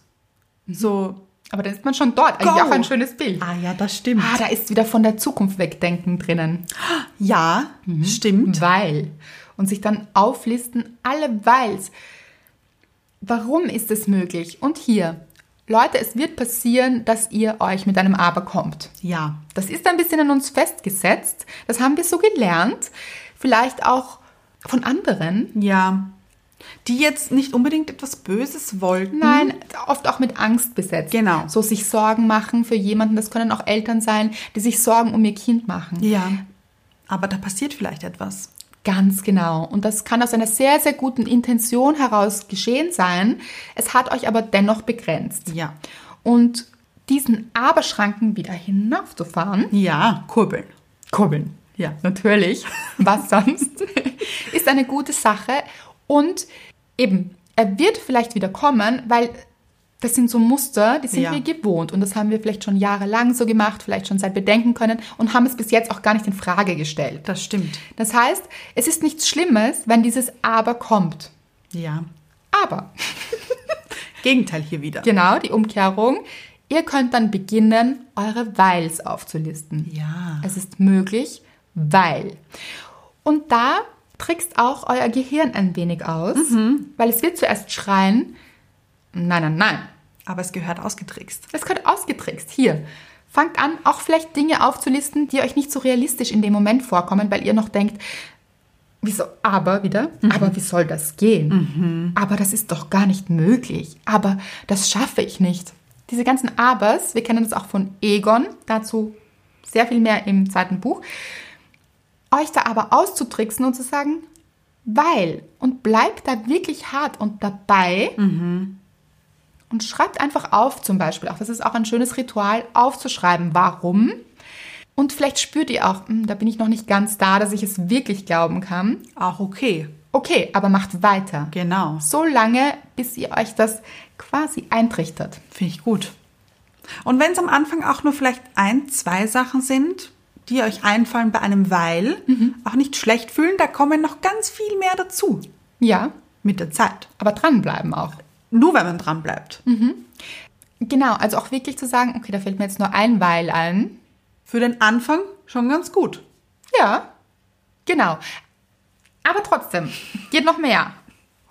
So. Aber dann ist man schon dort. Eigentlich auch ein schönes Bild. Ah ja, das stimmt. Ah, da ist wieder von der Zukunft wegdenken drinnen. Ja, stimmt. Weil. Und sich dann auflisten, alle Weils. Warum ist es möglich? Und hier. Leute, es wird passieren, dass ihr euch mit einem Aber kommt. Ja. Das ist ein bisschen an uns festgesetzt. Das haben wir so gelernt. Vielleicht auch von anderen. Ja. Die jetzt nicht unbedingt etwas Böses wollten. Nein, oft auch mit Angst besetzt. Mhm. Genau. So sich Sorgen machen für jemanden. Das können auch Eltern sein, die sich Sorgen um ihr Kind machen. Ja. Aber da passiert vielleicht etwas. Ganz genau. Und das kann aus einer sehr, sehr guten Intention heraus geschehen sein. Es hat euch aber dennoch begrenzt. Ja. Und diesen Aberschranken wieder hinaufzufahren, Ja, kurbeln. kurbeln. Ja. Natürlich. Was sonst? (laughs) ist eine gute Sache. Und eben, er wird vielleicht wieder kommen, weil das sind so Muster, die sind Ja. wir gewohnt. Und das haben wir vielleicht schon jahrelang so gemacht, vielleicht schon seit wir denken können und haben es bis jetzt auch gar nicht in Frage gestellt. Das stimmt. Das heißt, es ist nichts Schlimmes, wenn dieses Aber kommt. Ja. Aber, Gegenteil hier wieder. genau, die Umkehrung Ihr könnt dann beginnen, eure Weils aufzulisten. Ja. Es ist möglich, weil. Und da trickst auch euer Gehirn ein wenig aus, weil es wird zuerst schreien, nein, nein, nein. Aber es gehört ausgetrickst. Es gehört ausgetrickst. Hier. Fangt an, auch vielleicht Dinge aufzulisten, die euch nicht so realistisch in dem Moment vorkommen, weil ihr noch denkt, wieso, aber wieder, aber wie soll das gehen? Aber das ist doch gar nicht möglich. Aber das schaffe ich nicht. Diese ganzen Abers, wir kennen das auch von Egon, dazu sehr viel mehr im zweiten Buch. Euch da aber auszutricksen und zu sagen, weil und bleibt da wirklich hart und dabei, und schreibt einfach auf, zum Beispiel. Auch das ist auch ein schönes Ritual, aufzuschreiben, warum. Und vielleicht spürt ihr auch, "Hm, da bin ich noch nicht ganz da, dass ich es wirklich glauben kann. Auch okay. Okay, aber macht weiter. Genau. So lange, bis ihr euch das quasi eintrichtert. Finde ich gut. Und wenn es am Anfang auch nur vielleicht ein, zwei Sachen sind, die euch einfallen bei einem Weil, auch nicht schlecht fühlen, da kommen noch ganz viel mehr dazu Ja, mit der Zeit. aber dranbleiben auch. Nur wenn man dran bleibt. Genau, also auch wirklich zu sagen, okay, da fällt mir jetzt nur ein Weil ein. Für den Anfang schon ganz gut. Ja, genau. Aber trotzdem, geht noch mehr.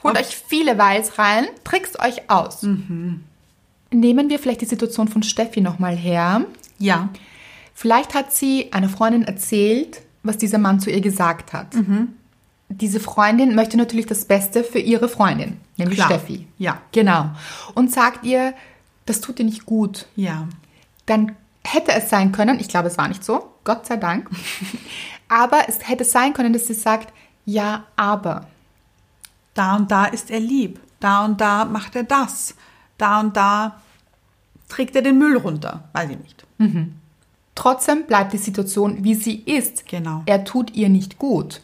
Holt euch viele Weils rein, trickst euch aus. Mhm. Nehmen wir vielleicht die Situation von Steffi nochmal her. Ja. Vielleicht hat sie einer Freundin erzählt, was dieser Mann zu ihr gesagt hat. Mhm. Diese Freundin möchte natürlich das Beste für ihre Freundin, nämlich Klar. Steffi. Ja. Genau. Und sagt ihr, das tut dir nicht gut. Ja. Dann hätte es sein können, ich glaube, es war nicht so, Gott sei Dank, aber es hätte sein können, dass sie sagt, ja, aber. Da und da ist er lieb. Da und da macht er das. Da und da trägt er den Müll runter. Weiß ich nicht. Trotzdem bleibt die Situation, wie sie ist. Genau. Er tut ihr nicht gut.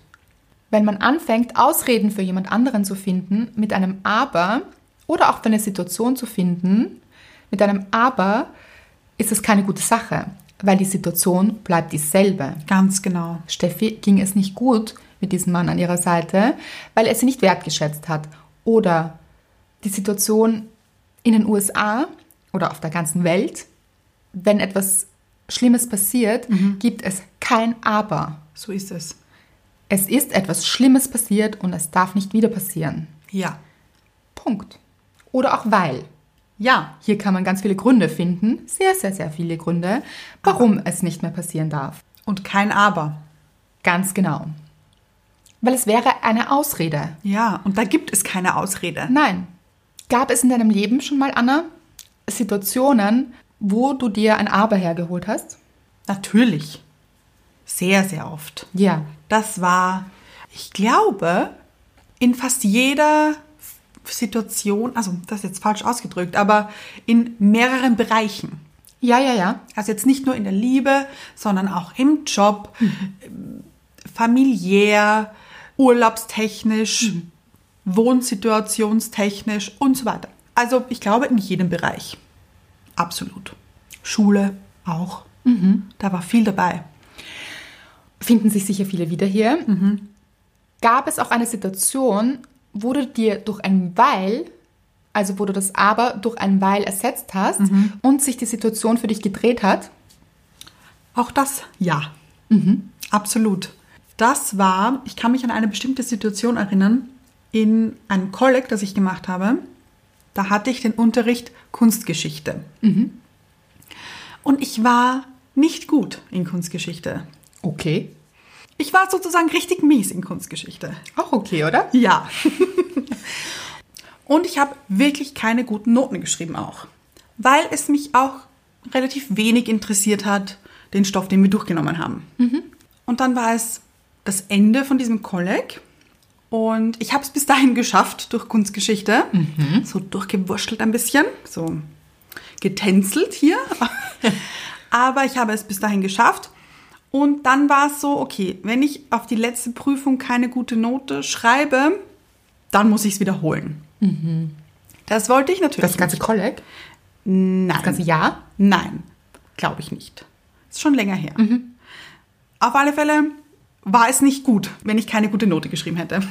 Wenn man anfängt, Ausreden für jemand anderen zu finden mit einem Aber oder auch für eine Situation zu finden mit einem Aber, ist es keine gute Sache, weil die Situation bleibt dieselbe. Ganz genau. Steffi ging es nicht gut mit diesem Mann an ihrer Seite, weil er sie nicht wertgeschätzt hat. Oder die Situation in den USA oder auf der ganzen Welt, wenn etwas Schlimmes passiert, gibt es kein Aber. So ist es. Es ist etwas Schlimmes passiert und es darf nicht wieder passieren. Ja. Punkt. Oder auch weil. Ja. Hier kann man ganz viele Gründe finden, sehr, sehr, sehr viele Gründe, warum es nicht mehr passieren darf. Und kein Aber. Ganz genau. Weil es wäre eine Ausrede. Ja. Und da gibt es keine Ausrede. Nein. Gab es in deinem Leben schon mal, Anna, Situationen, wo du dir ein Aber hergeholt hast? Natürlich. Sehr, sehr oft. Ja. Das war, ich glaube, in fast jeder Situation, also das ist jetzt falsch ausgedrückt, aber in mehreren Bereichen. Ja, ja, ja. Also jetzt nicht nur in der Liebe, sondern auch im Job, familiär, urlaubstechnisch, wohnsituationstechnisch und so weiter. Also ich glaube in jedem Bereich. Absolut. Schule auch. Da war viel dabei. Finden sich sicher viele wieder hier. Gab es auch eine Situation, wo du dir durch ein Weil, also wo du das Aber durch ein Weil ersetzt hast und sich die Situation für dich gedreht hat? Auch das ja. Absolut. Das war, ich kann mich an eine bestimmte Situation erinnern, in einem Kolleg, das ich gemacht habe. Da hatte ich den Unterricht Kunstgeschichte. Und ich war nicht gut in Kunstgeschichte. Okay. Ich war sozusagen richtig mies in Kunstgeschichte. Auch okay, oder? Ja. (laughs) Und ich habe wirklich keine guten Noten geschrieben auch, weil es mich auch relativ wenig interessiert hat, den Stoff, den wir durchgenommen haben. Und dann war es das Ende von diesem Kolleg und ich habe es bis dahin geschafft durch Kunstgeschichte, Mhm. so durchgewurschtelt ein bisschen, so (laughs) getänzelt hier. Aber ich habe es bis dahin geschafft. Und dann war es so, okay, wenn ich auf die letzte Prüfung keine gute Note schreibe, dann muss ich es wiederholen. Das wollte ich natürlich. Mhm. Das ganze nicht. Kolleg? Nein. Das ganze Jahr? Nein, glaube ich nicht. Ist schon länger her. Auf alle Fälle war es nicht gut, wenn ich keine gute Note geschrieben hätte.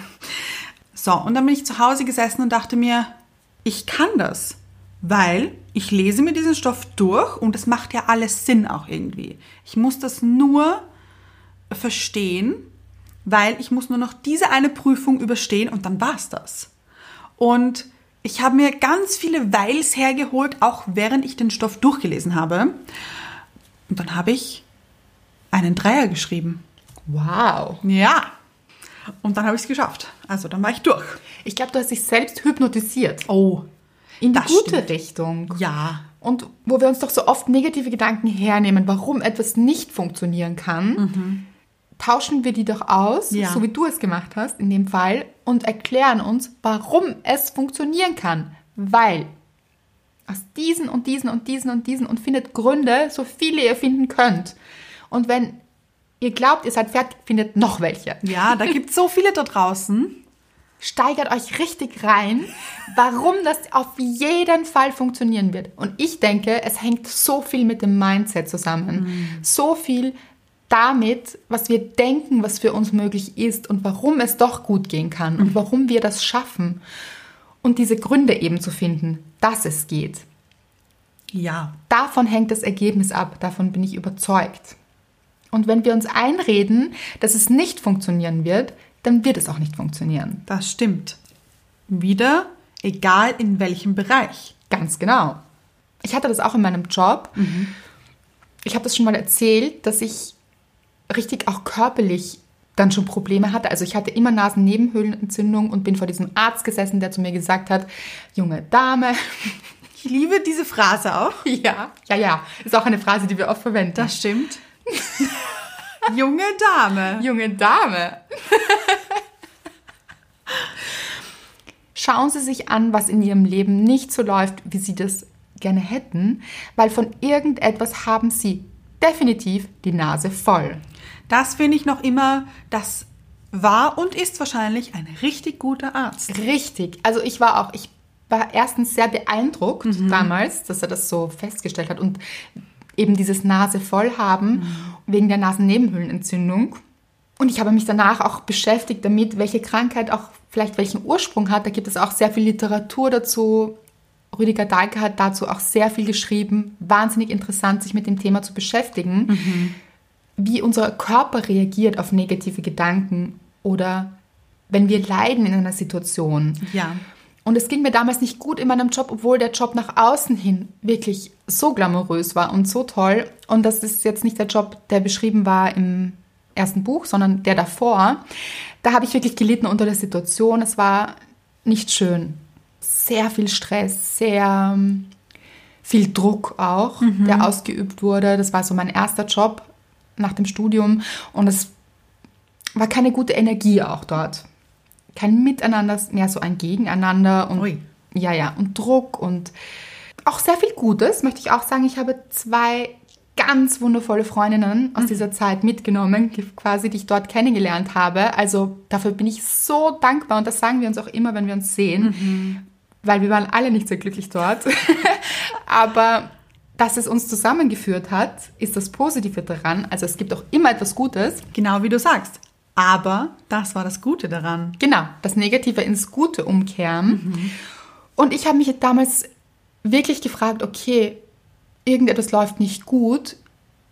So, und dann bin ich zu Hause gesessen und dachte mir, ich kann das. weil ich lese mir diesen Stoff durch und es macht ja alles Sinn auch irgendwie. Ich muss das nur verstehen, weil ich muss nur noch diese eine Prüfung überstehen und dann war's das. Und ich habe mir ganz viele Weils hergeholt, auch während ich den Stoff durchgelesen habe. Und dann habe ich einen Dreier geschrieben. Wow. Ja. Und dann habe ich es geschafft. Also dann war ich durch. Ich glaube, du hast dich selbst hypnotisiert. Oh. In die das gute stimmt. Richtung. Ja. Und wo wir uns doch so oft negative Gedanken hernehmen, warum etwas nicht funktionieren kann, tauschen wir die doch aus, Ja. so wie du es gemacht hast in dem Fall, und erklären uns, warum es funktionieren kann. Weil aus diesen und diesen und diesen und diesen und findet Gründe, so viele ihr finden könnt. Und wenn ihr glaubt, ihr seid fertig, findet noch welche. Ja, da gibt es so viele da draußen. steigert euch richtig rein, warum das auf jeden Fall funktionieren wird. Und ich denke, es hängt so viel mit dem Mindset zusammen. So viel damit, was wir denken, was für uns möglich ist und warum es doch gut gehen kann und warum wir das schaffen. Und diese Gründe eben zu finden, dass es geht. Ja. Davon hängt das Ergebnis ab, davon bin ich überzeugt. Und wenn wir uns einreden, dass es nicht funktionieren wird, dann wird es auch nicht funktionieren. Das stimmt. Wieder, egal in welchem Bereich. Ganz genau. Ich hatte das auch in meinem Job. Ich habe das schon mal erzählt, dass ich richtig auch körperlich dann schon Probleme hatte. Also ich hatte immer Nasennebenhöhlenentzündung und bin vor diesem Arzt gesessen, der zu mir gesagt hat, junge Dame, (laughs) Ich liebe diese Phrase auch. ja, ja, ja, ist auch eine Phrase, die wir oft verwenden. Das stimmt. (laughs) Junge Dame. junge Dame. Schauen Sie sich an, was in Ihrem Leben nicht so läuft, wie Sie das gerne hätten, weil von irgendetwas haben Sie definitiv die Nase voll. Das finde ich noch immer, das war und ist wahrscheinlich ein richtig guter Arzt. Richtig. Also ich war auch, ich war erstens sehr beeindruckt damals, dass er das so festgestellt hat und eben dieses Nase voll haben wegen der Nasennebenhöhlenentzündung. Und ich habe mich danach auch beschäftigt damit, welche Krankheit auch vielleicht welchen Ursprung hat. Da gibt es auch sehr viel Literatur dazu. Rüdiger Dahlke hat dazu auch sehr viel geschrieben. Wahnsinnig interessant, sich mit dem Thema zu beschäftigen wie unser Körper reagiert auf negative Gedanken oder wenn wir leiden in einer Situation. Ja. Und es ging mir damals nicht gut in meinem Job, obwohl der Job nach außen hin wirklich so glamourös war und so toll. Und das ist jetzt nicht der Job, der beschrieben war im ersten Buch, sondern der davor. Da habe ich wirklich gelitten unter der Situation. Es war nicht schön. Sehr viel Stress, sehr ähm, viel Druck auch, der ausgeübt wurde. Das war so mein erster Job nach dem Studium. Und es war keine gute Energie auch dort. Kein Miteinander, mehr so ein Gegeneinander und Ui. ja, ja, und Druck und auch sehr viel Gutes, möchte ich auch sagen. Ich habe zwei ganz wundervolle Freundinnen aus dieser Zeit mitgenommen, die- quasi, die ich dort kennengelernt habe. Also dafür bin ich so dankbar und das sagen wir uns auch immer, wenn wir uns sehen, weil wir waren alle nicht so glücklich dort. (laughs) Aber dass es uns zusammengeführt hat, ist das Positive daran. Also es gibt auch immer etwas Gutes. Genau wie du sagst. Aber das war das Gute daran. Genau, das Negative ins Gute umkehren. Und ich habe mich damals wirklich gefragt, okay, irgendetwas läuft nicht gut.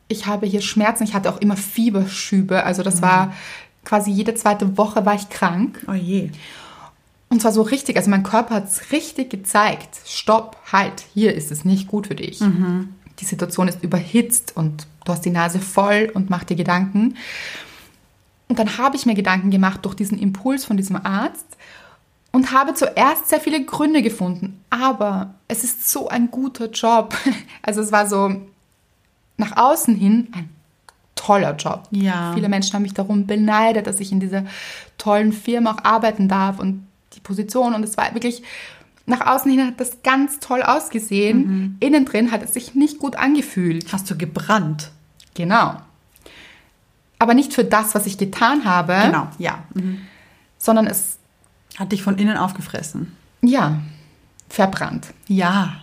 Ich habe hier Schmerzen, ich hatte auch immer Fieberschübe. Also das war quasi jede zweite Woche war ich krank. Oh je. Und zwar so richtig, also mein Körper hat es richtig gezeigt. Stopp, halt, hier ist es nicht gut für dich. Die Situation ist überhitzt und du hast die Nase voll und mach dir Gedanken. Und dann habe ich mir Gedanken gemacht durch diesen Impuls von diesem Arzt und habe zuerst sehr viele Gründe gefunden. Aber es ist so ein guter Job. (laughs) Also es war so nach außen hin ein toller Job. Ja. Viele Menschen haben mich darum beneidet, dass ich in dieser tollen Firma auch arbeiten darf und die Position. Und es war wirklich, nach außen hin hat das ganz toll Mhm. ausgesehen. Innen drin hat es sich nicht gut angefühlt. Hast du gebrannt? Genau. Aber nicht für das, was ich getan habe, Genau, ja. sondern es, Hat dich von innen aufgefressen. ja, verbrannt, Ja.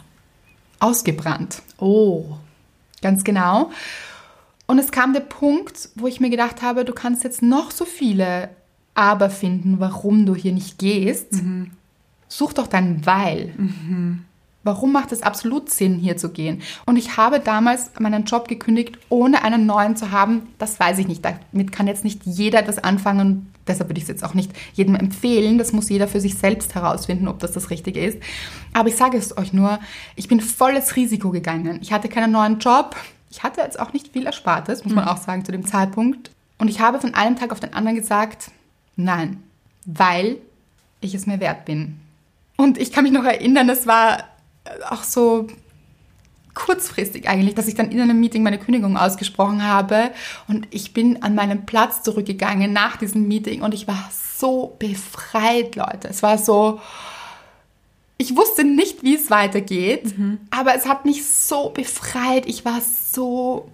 ausgebrannt. Oh. Ganz genau. Und es kam der Punkt, wo ich mir gedacht habe, du kannst jetzt noch so viele Aber finden, warum du hier nicht gehst. Such doch dein Weil. Warum macht es absolut Sinn, hier zu gehen? Und ich habe damals meinen Job gekündigt, ohne einen neuen zu haben. Das weiß ich nicht. Damit kann jetzt nicht jeder etwas anfangen. Deshalb würde ich es jetzt auch nicht jedem empfehlen. Das muss jeder für sich selbst herausfinden, ob das das Richtige ist. Aber ich sage es euch nur, ich bin volles Risiko gegangen. Ich hatte keinen neuen Job. Ich hatte jetzt auch nicht viel Erspartes, muss man auch sagen, zu dem Zeitpunkt. Und ich habe von einem Tag auf den anderen gesagt, nein, weil ich es mir wert bin. Und ich kann mich noch erinnern, es war äh, auch so kurzfristig eigentlich, dass ich dann in einem Meeting meine Kündigung ausgesprochen habe und ich bin an meinen Platz zurückgegangen nach diesem Meeting und ich war so befreit, Leute. Es war so, ich wusste nicht, wie es weitergeht, aber es hat mich so befreit. Ich war so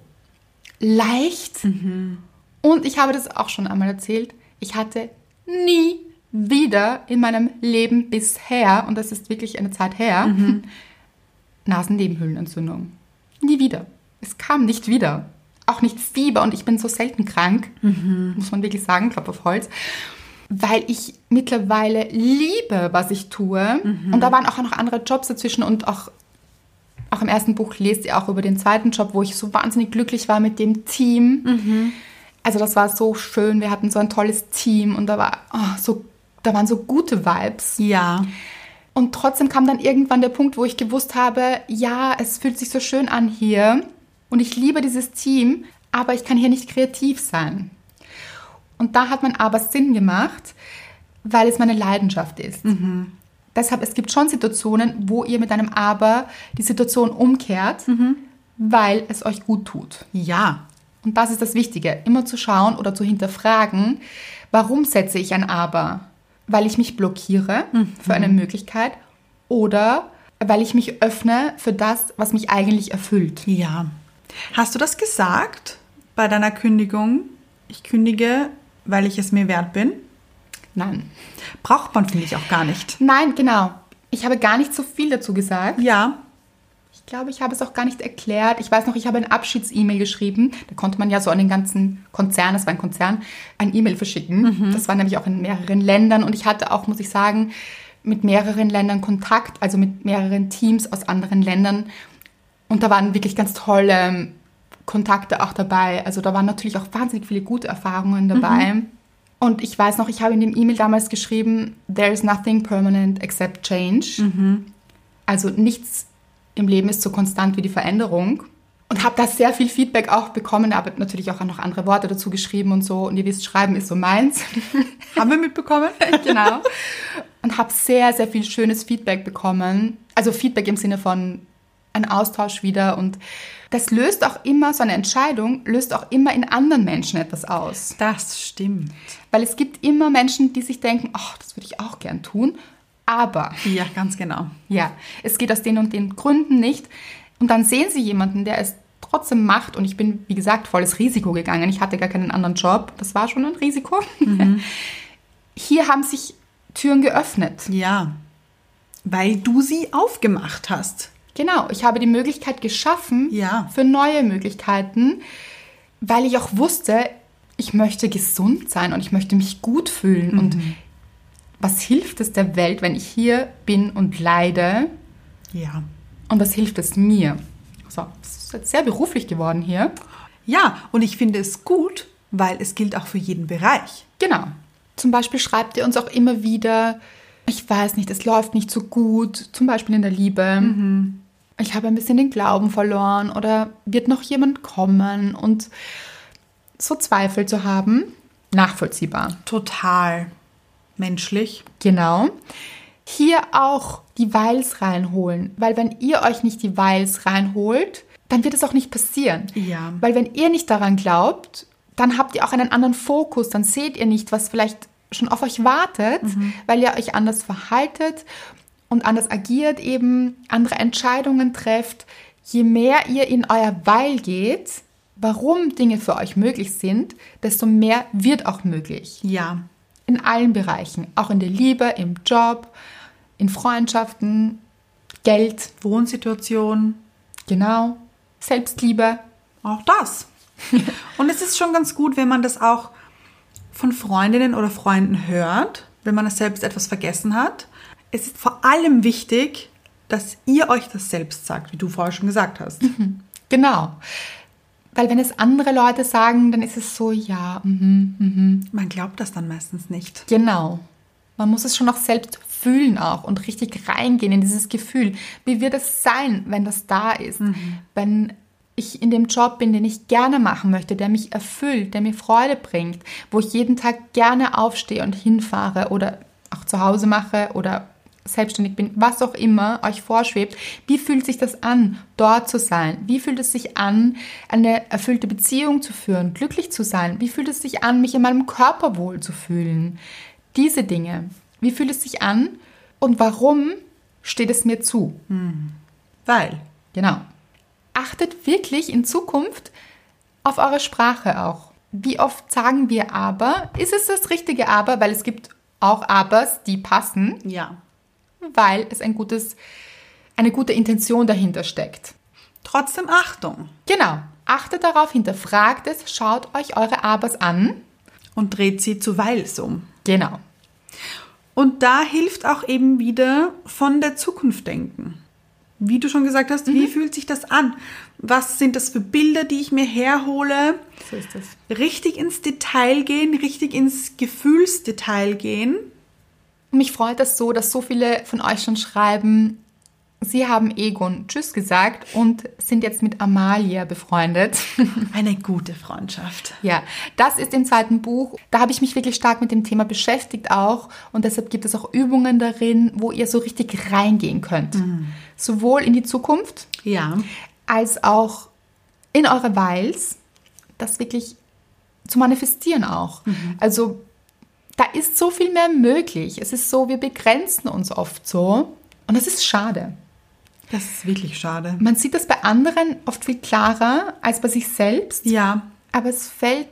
leicht und ich habe das auch schon einmal erzählt. Ich hatte nie wieder in meinem Leben bisher, und das ist wirklich eine Zeit her, Nasennebenhöhlenentzündung. Nie wieder. Es kam nicht wieder. Auch nicht Fieber und ich bin so selten krank, muss man wirklich sagen, Klopf auf Holz. Weil ich mittlerweile liebe, was ich tue. Und da waren auch noch andere Jobs dazwischen und auch auch im ersten Buch lest ihr auch über den zweiten Job, wo ich so wahnsinnig glücklich war mit dem Team. Also das war so schön. Wir hatten so ein tolles Team und da war oh, so, da waren so gute Vibes. Ja. Und trotzdem kam dann irgendwann der Punkt, wo ich gewusst habe, ja, es fühlt sich so schön an hier und ich liebe dieses Team, aber ich kann hier nicht kreativ sein. Und da hat mein Aber Sinn gemacht, weil es meine Leidenschaft ist. Deshalb, es gibt schon Situationen, wo ihr mit einem Aber die Situation umkehrt, weil es euch gut tut. Ja. Und das ist das Wichtige, immer zu schauen oder zu hinterfragen, warum setze ich ein Aber? Weil ich mich blockiere für eine Möglichkeit oder weil ich mich öffne für das, was mich eigentlich erfüllt. Ja. Hast du das gesagt bei deiner Kündigung? Ich kündige, weil ich es mir wert bin. Nein. Braucht man, finde ich, auch gar nicht. Nein, genau. Ich habe gar nicht so viel dazu gesagt. Ja. Ich glaube, ich habe es auch gar nicht erklärt. Ich weiß noch, ich habe ein Abschieds-E-Mail geschrieben. Da konnte man ja so an den ganzen Konzern, das war ein Konzern, ein E-Mail verschicken. Das war nämlich auch in mehreren Ländern. Und ich hatte auch, muss ich sagen, mit mehreren Ländern Kontakt, also mit mehreren Teams aus anderen Ländern. Und da waren wirklich ganz tolle ähm, Kontakte auch dabei. Also da waren natürlich auch wahnsinnig viele gute Erfahrungen dabei. Und ich weiß noch, ich habe in dem E-Mail damals geschrieben, there is nothing permanent except change. Also nichts im Leben ist so konstant wie die Veränderung. Und habe da sehr viel Feedback auch bekommen, aber natürlich auch noch andere Worte dazu geschrieben und so. Und ihr wisst, Schreiben ist so meins. (laughs) Haben wir mitbekommen? genau. Und habe sehr, sehr viel schönes Feedback bekommen. Also Feedback im Sinne von ein Austausch wieder. Und das löst auch immer, so eine Entscheidung löst auch immer in anderen Menschen etwas aus. Das stimmt. Weil es gibt immer Menschen, die sich denken, ach, das würde ich auch gern tun. Aber Ja, ganz genau. ja, es geht aus den und den Gründen nicht. Und dann sehen sie jemanden, der es trotzdem macht. Und ich bin, wie gesagt, volles Risiko gegangen. Ich hatte gar keinen anderen Job. Das war schon ein Risiko. (laughs) Hier haben sich Türen geöffnet. Ja. Weil du sie aufgemacht hast. Genau, ich habe die Möglichkeit geschaffen Ja. für neue Möglichkeiten, weil ich auch wusste, ich möchte gesund sein und ich möchte mich gut fühlen. Und was hilft es der Welt, wenn ich hier bin und leide? Ja. Und was hilft es mir? So, es ist jetzt sehr beruflich geworden hier. Ja, und ich finde es gut, weil es gilt auch für jeden Bereich. Genau. Zum Beispiel schreibt ihr uns auch immer wieder, ich weiß nicht, es läuft nicht so gut, zum Beispiel in der Liebe. Ich habe ein bisschen den Glauben verloren oder wird noch jemand kommen und so Zweifel zu haben, nachvollziehbar. Total menschlich. Genau. Hier auch die Weils reinholen, weil wenn ihr euch nicht die Weils reinholt, dann wird es auch nicht passieren. Ja. Weil wenn ihr nicht daran glaubt, dann habt ihr auch einen anderen Fokus, dann seht ihr nicht, was vielleicht schon auf euch wartet, weil ihr euch anders verhaltet und anders agiert eben, andere Entscheidungen trefft. Je mehr ihr in euer Weil geht, warum Dinge für euch möglich sind, desto mehr wird auch möglich. Ja. In allen Bereichen, auch in der Liebe, im Job, in Freundschaften, Geld, Wohnsituation, genau, Selbstliebe. auch das. (laughs) und es ist schon ganz gut, wenn man das auch von Freundinnen oder Freunden hört, wenn man es selbst etwas vergessen hat. Es ist vor allem wichtig, dass ihr euch das selbst sagt, wie du vorher schon gesagt hast. Genau. Weil wenn es andere Leute sagen, dann ist es so, ja, mhm, mhm. Man glaubt das dann meistens nicht. Genau. Man muss es schon auch selbst fühlen auch und richtig reingehen in dieses Gefühl. Wie wird es sein, wenn das da ist? Wenn ich in dem Job bin, den ich gerne machen möchte, der mich erfüllt, der mir Freude bringt, wo ich jeden Tag gerne aufstehe und hinfahre oder auch zu Hause mache oder selbstständig bin, was auch immer euch vorschwebt, wie fühlt sich das an, dort zu sein? Wie fühlt es sich an, eine erfüllte Beziehung zu führen, glücklich zu sein? Wie fühlt es sich an, mich in meinem Körper wohl zu fühlen? Diese Dinge. Wie fühlt es sich an und warum steht es mir zu? Weil, Genau. Achtet wirklich in Zukunft auf eure Sprache auch. Wie oft sagen wir aber? Ist es das richtige aber? Weil es gibt auch abers, die passen ja, weil es ein gutes, eine gute Intention dahinter steckt. trotzdem Achtung Genau. Achtet darauf, hinterfragt es, schaut euch eure Abers an. und dreht sie zu Weils um. Genau. Und da hilft auch eben wieder von der Zukunft denken. Wie du schon gesagt hast, wie fühlt sich das an? Was sind das für Bilder, die ich mir herhole? So ist es. Richtig ins Detail gehen, richtig ins Gefühlsdetail gehen. Mich freut das so, dass so viele von euch schon schreiben, sie haben Egon Tschüss gesagt und sind jetzt mit Amalia befreundet. (laughs) Eine gute Freundschaft. Ja, das ist im zweiten Buch. Da habe ich mich wirklich stark mit dem Thema beschäftigt auch und deshalb gibt es auch Übungen darin, wo ihr so richtig reingehen könnt. Sowohl in die Zukunft, Ja. als auch in eure Weils, das wirklich zu manifestieren auch. Also da ist so viel mehr möglich. Es ist so, wir begrenzen uns oft so und das ist schade. Das ist wirklich schade. Man sieht das bei anderen oft viel klarer als bei sich selbst, Ja. aber es fällt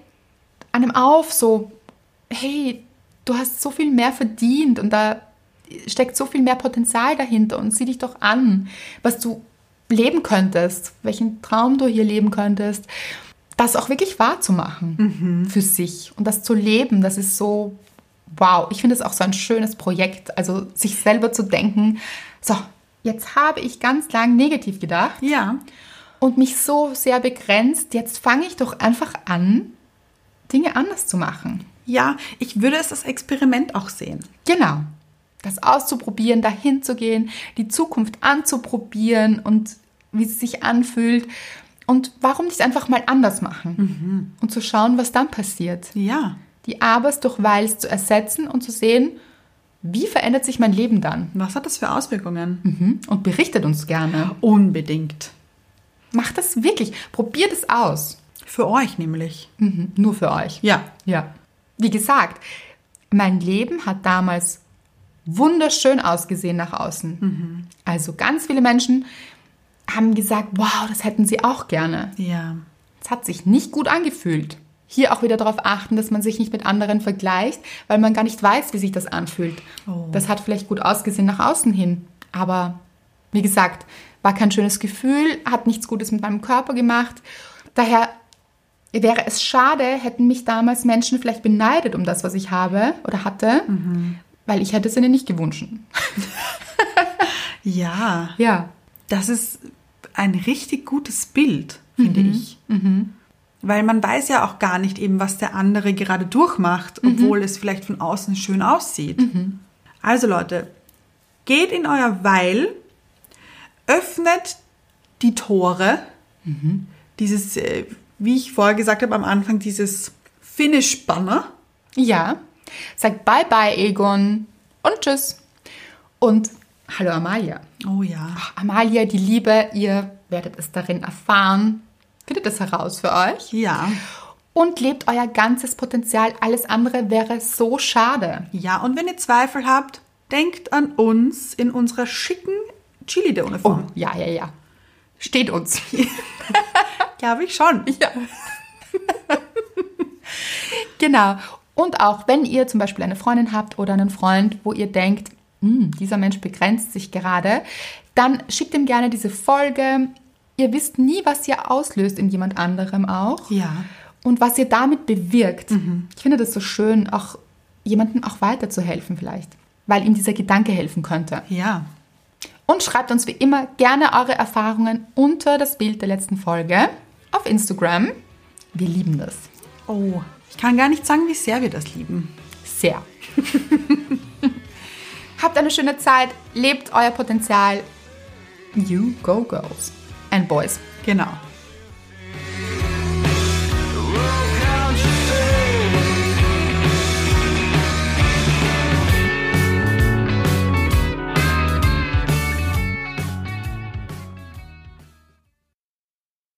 einem auf, so, hey, du hast so viel mehr verdient und da steckt so viel mehr Potenzial dahinter und sieh dich doch an, was du leben könntest, welchen Traum du hier leben könntest. Das auch wirklich wahrzumachen für sich und das zu leben, das ist so, wow, ich finde es auch so ein schönes Projekt, also sich selber zu denken, so, jetzt habe ich ganz lang negativ gedacht Ja. und mich so sehr begrenzt, jetzt fange ich doch einfach an, Dinge anders zu machen. Ja, ich würde es als Experiment auch sehen. Genau. Das auszuprobieren, dahin zu gehen, die Zukunft anzuprobieren und wie sie sich anfühlt. Und warum nicht einfach mal anders machen und zu schauen, was dann passiert. Ja. Die Abers durch Weils zu ersetzen und zu sehen, wie verändert sich mein Leben dann? Was hat das für Auswirkungen? Mhm. Und berichtet uns gerne. Unbedingt. Macht das wirklich. Probiert es aus. Für euch nämlich. Mhm. Nur für euch. Ja. Ja. Wie gesagt, mein Leben hat damals wunderschön ausgesehen nach außen. Also ganz viele Menschen haben gesagt, wow, das hätten sie auch gerne. Ja. Es hat sich nicht gut angefühlt. Hier auch wieder darauf achten, dass man sich nicht mit anderen vergleicht, weil man gar nicht weiß, wie sich das anfühlt. Oh. Das hat vielleicht gut ausgesehen nach außen hin, aber wie gesagt, war kein schönes Gefühl, hat nichts Gutes mit meinem Körper gemacht. Daher wäre es schade, hätten mich damals Menschen vielleicht beneidet um das, was ich habe oder hatte, weil ich hätte es ihnen nicht gewünscht. Ja. Ja, Das ist ein richtig gutes Bild, finde ich. Mhm. Weil man weiß ja auch gar nicht eben, was der andere gerade durchmacht, obwohl es vielleicht von außen schön aussieht. Also Leute, geht in euer Weil, öffnet die Tore, Mhm. dieses, äh, wie ich vorher gesagt habe am Anfang, dieses Finish-Banner. Ja, sagt Bye Bye Egon und Tschüss. Und Hallo Amalia. Oh ja. Amalia, die Liebe, ihr werdet es darin erfahren. Findet es heraus für euch. Ja. Und lebt euer ganzes Potenzial. Alles andere wäre so schade. Ja, und wenn ihr Zweifel habt, denkt an uns in unserer schicken Oh, Cheerleader-Uniform. ja, ja, ja. Steht uns. Glaube ich schon. (laughs) Ja. genau. Und auch wenn ihr zum Beispiel eine Freundin habt oder einen Freund, wo ihr denkt, "Hm, dieser Mensch begrenzt sich gerade, dann schickt ihm gerne diese Folge. Ihr wisst nie, was ihr auslöst in jemand anderem auch. Ja. Und was ihr damit bewirkt. Ich finde das so schön, auch jemandem auch weiterzuhelfen vielleicht, weil ihm dieser Gedanke helfen könnte. Ja. Und schreibt uns wie immer gerne eure Erfahrungen unter das Bild der letzten Folge auf Instagram. Wir lieben das. Oh, ich kann gar nicht sagen, wie sehr wir das lieben. Sehr. (laughs) Habt eine schöne Zeit, lebt euer Potenzial. You go, girls. And boys. Genau.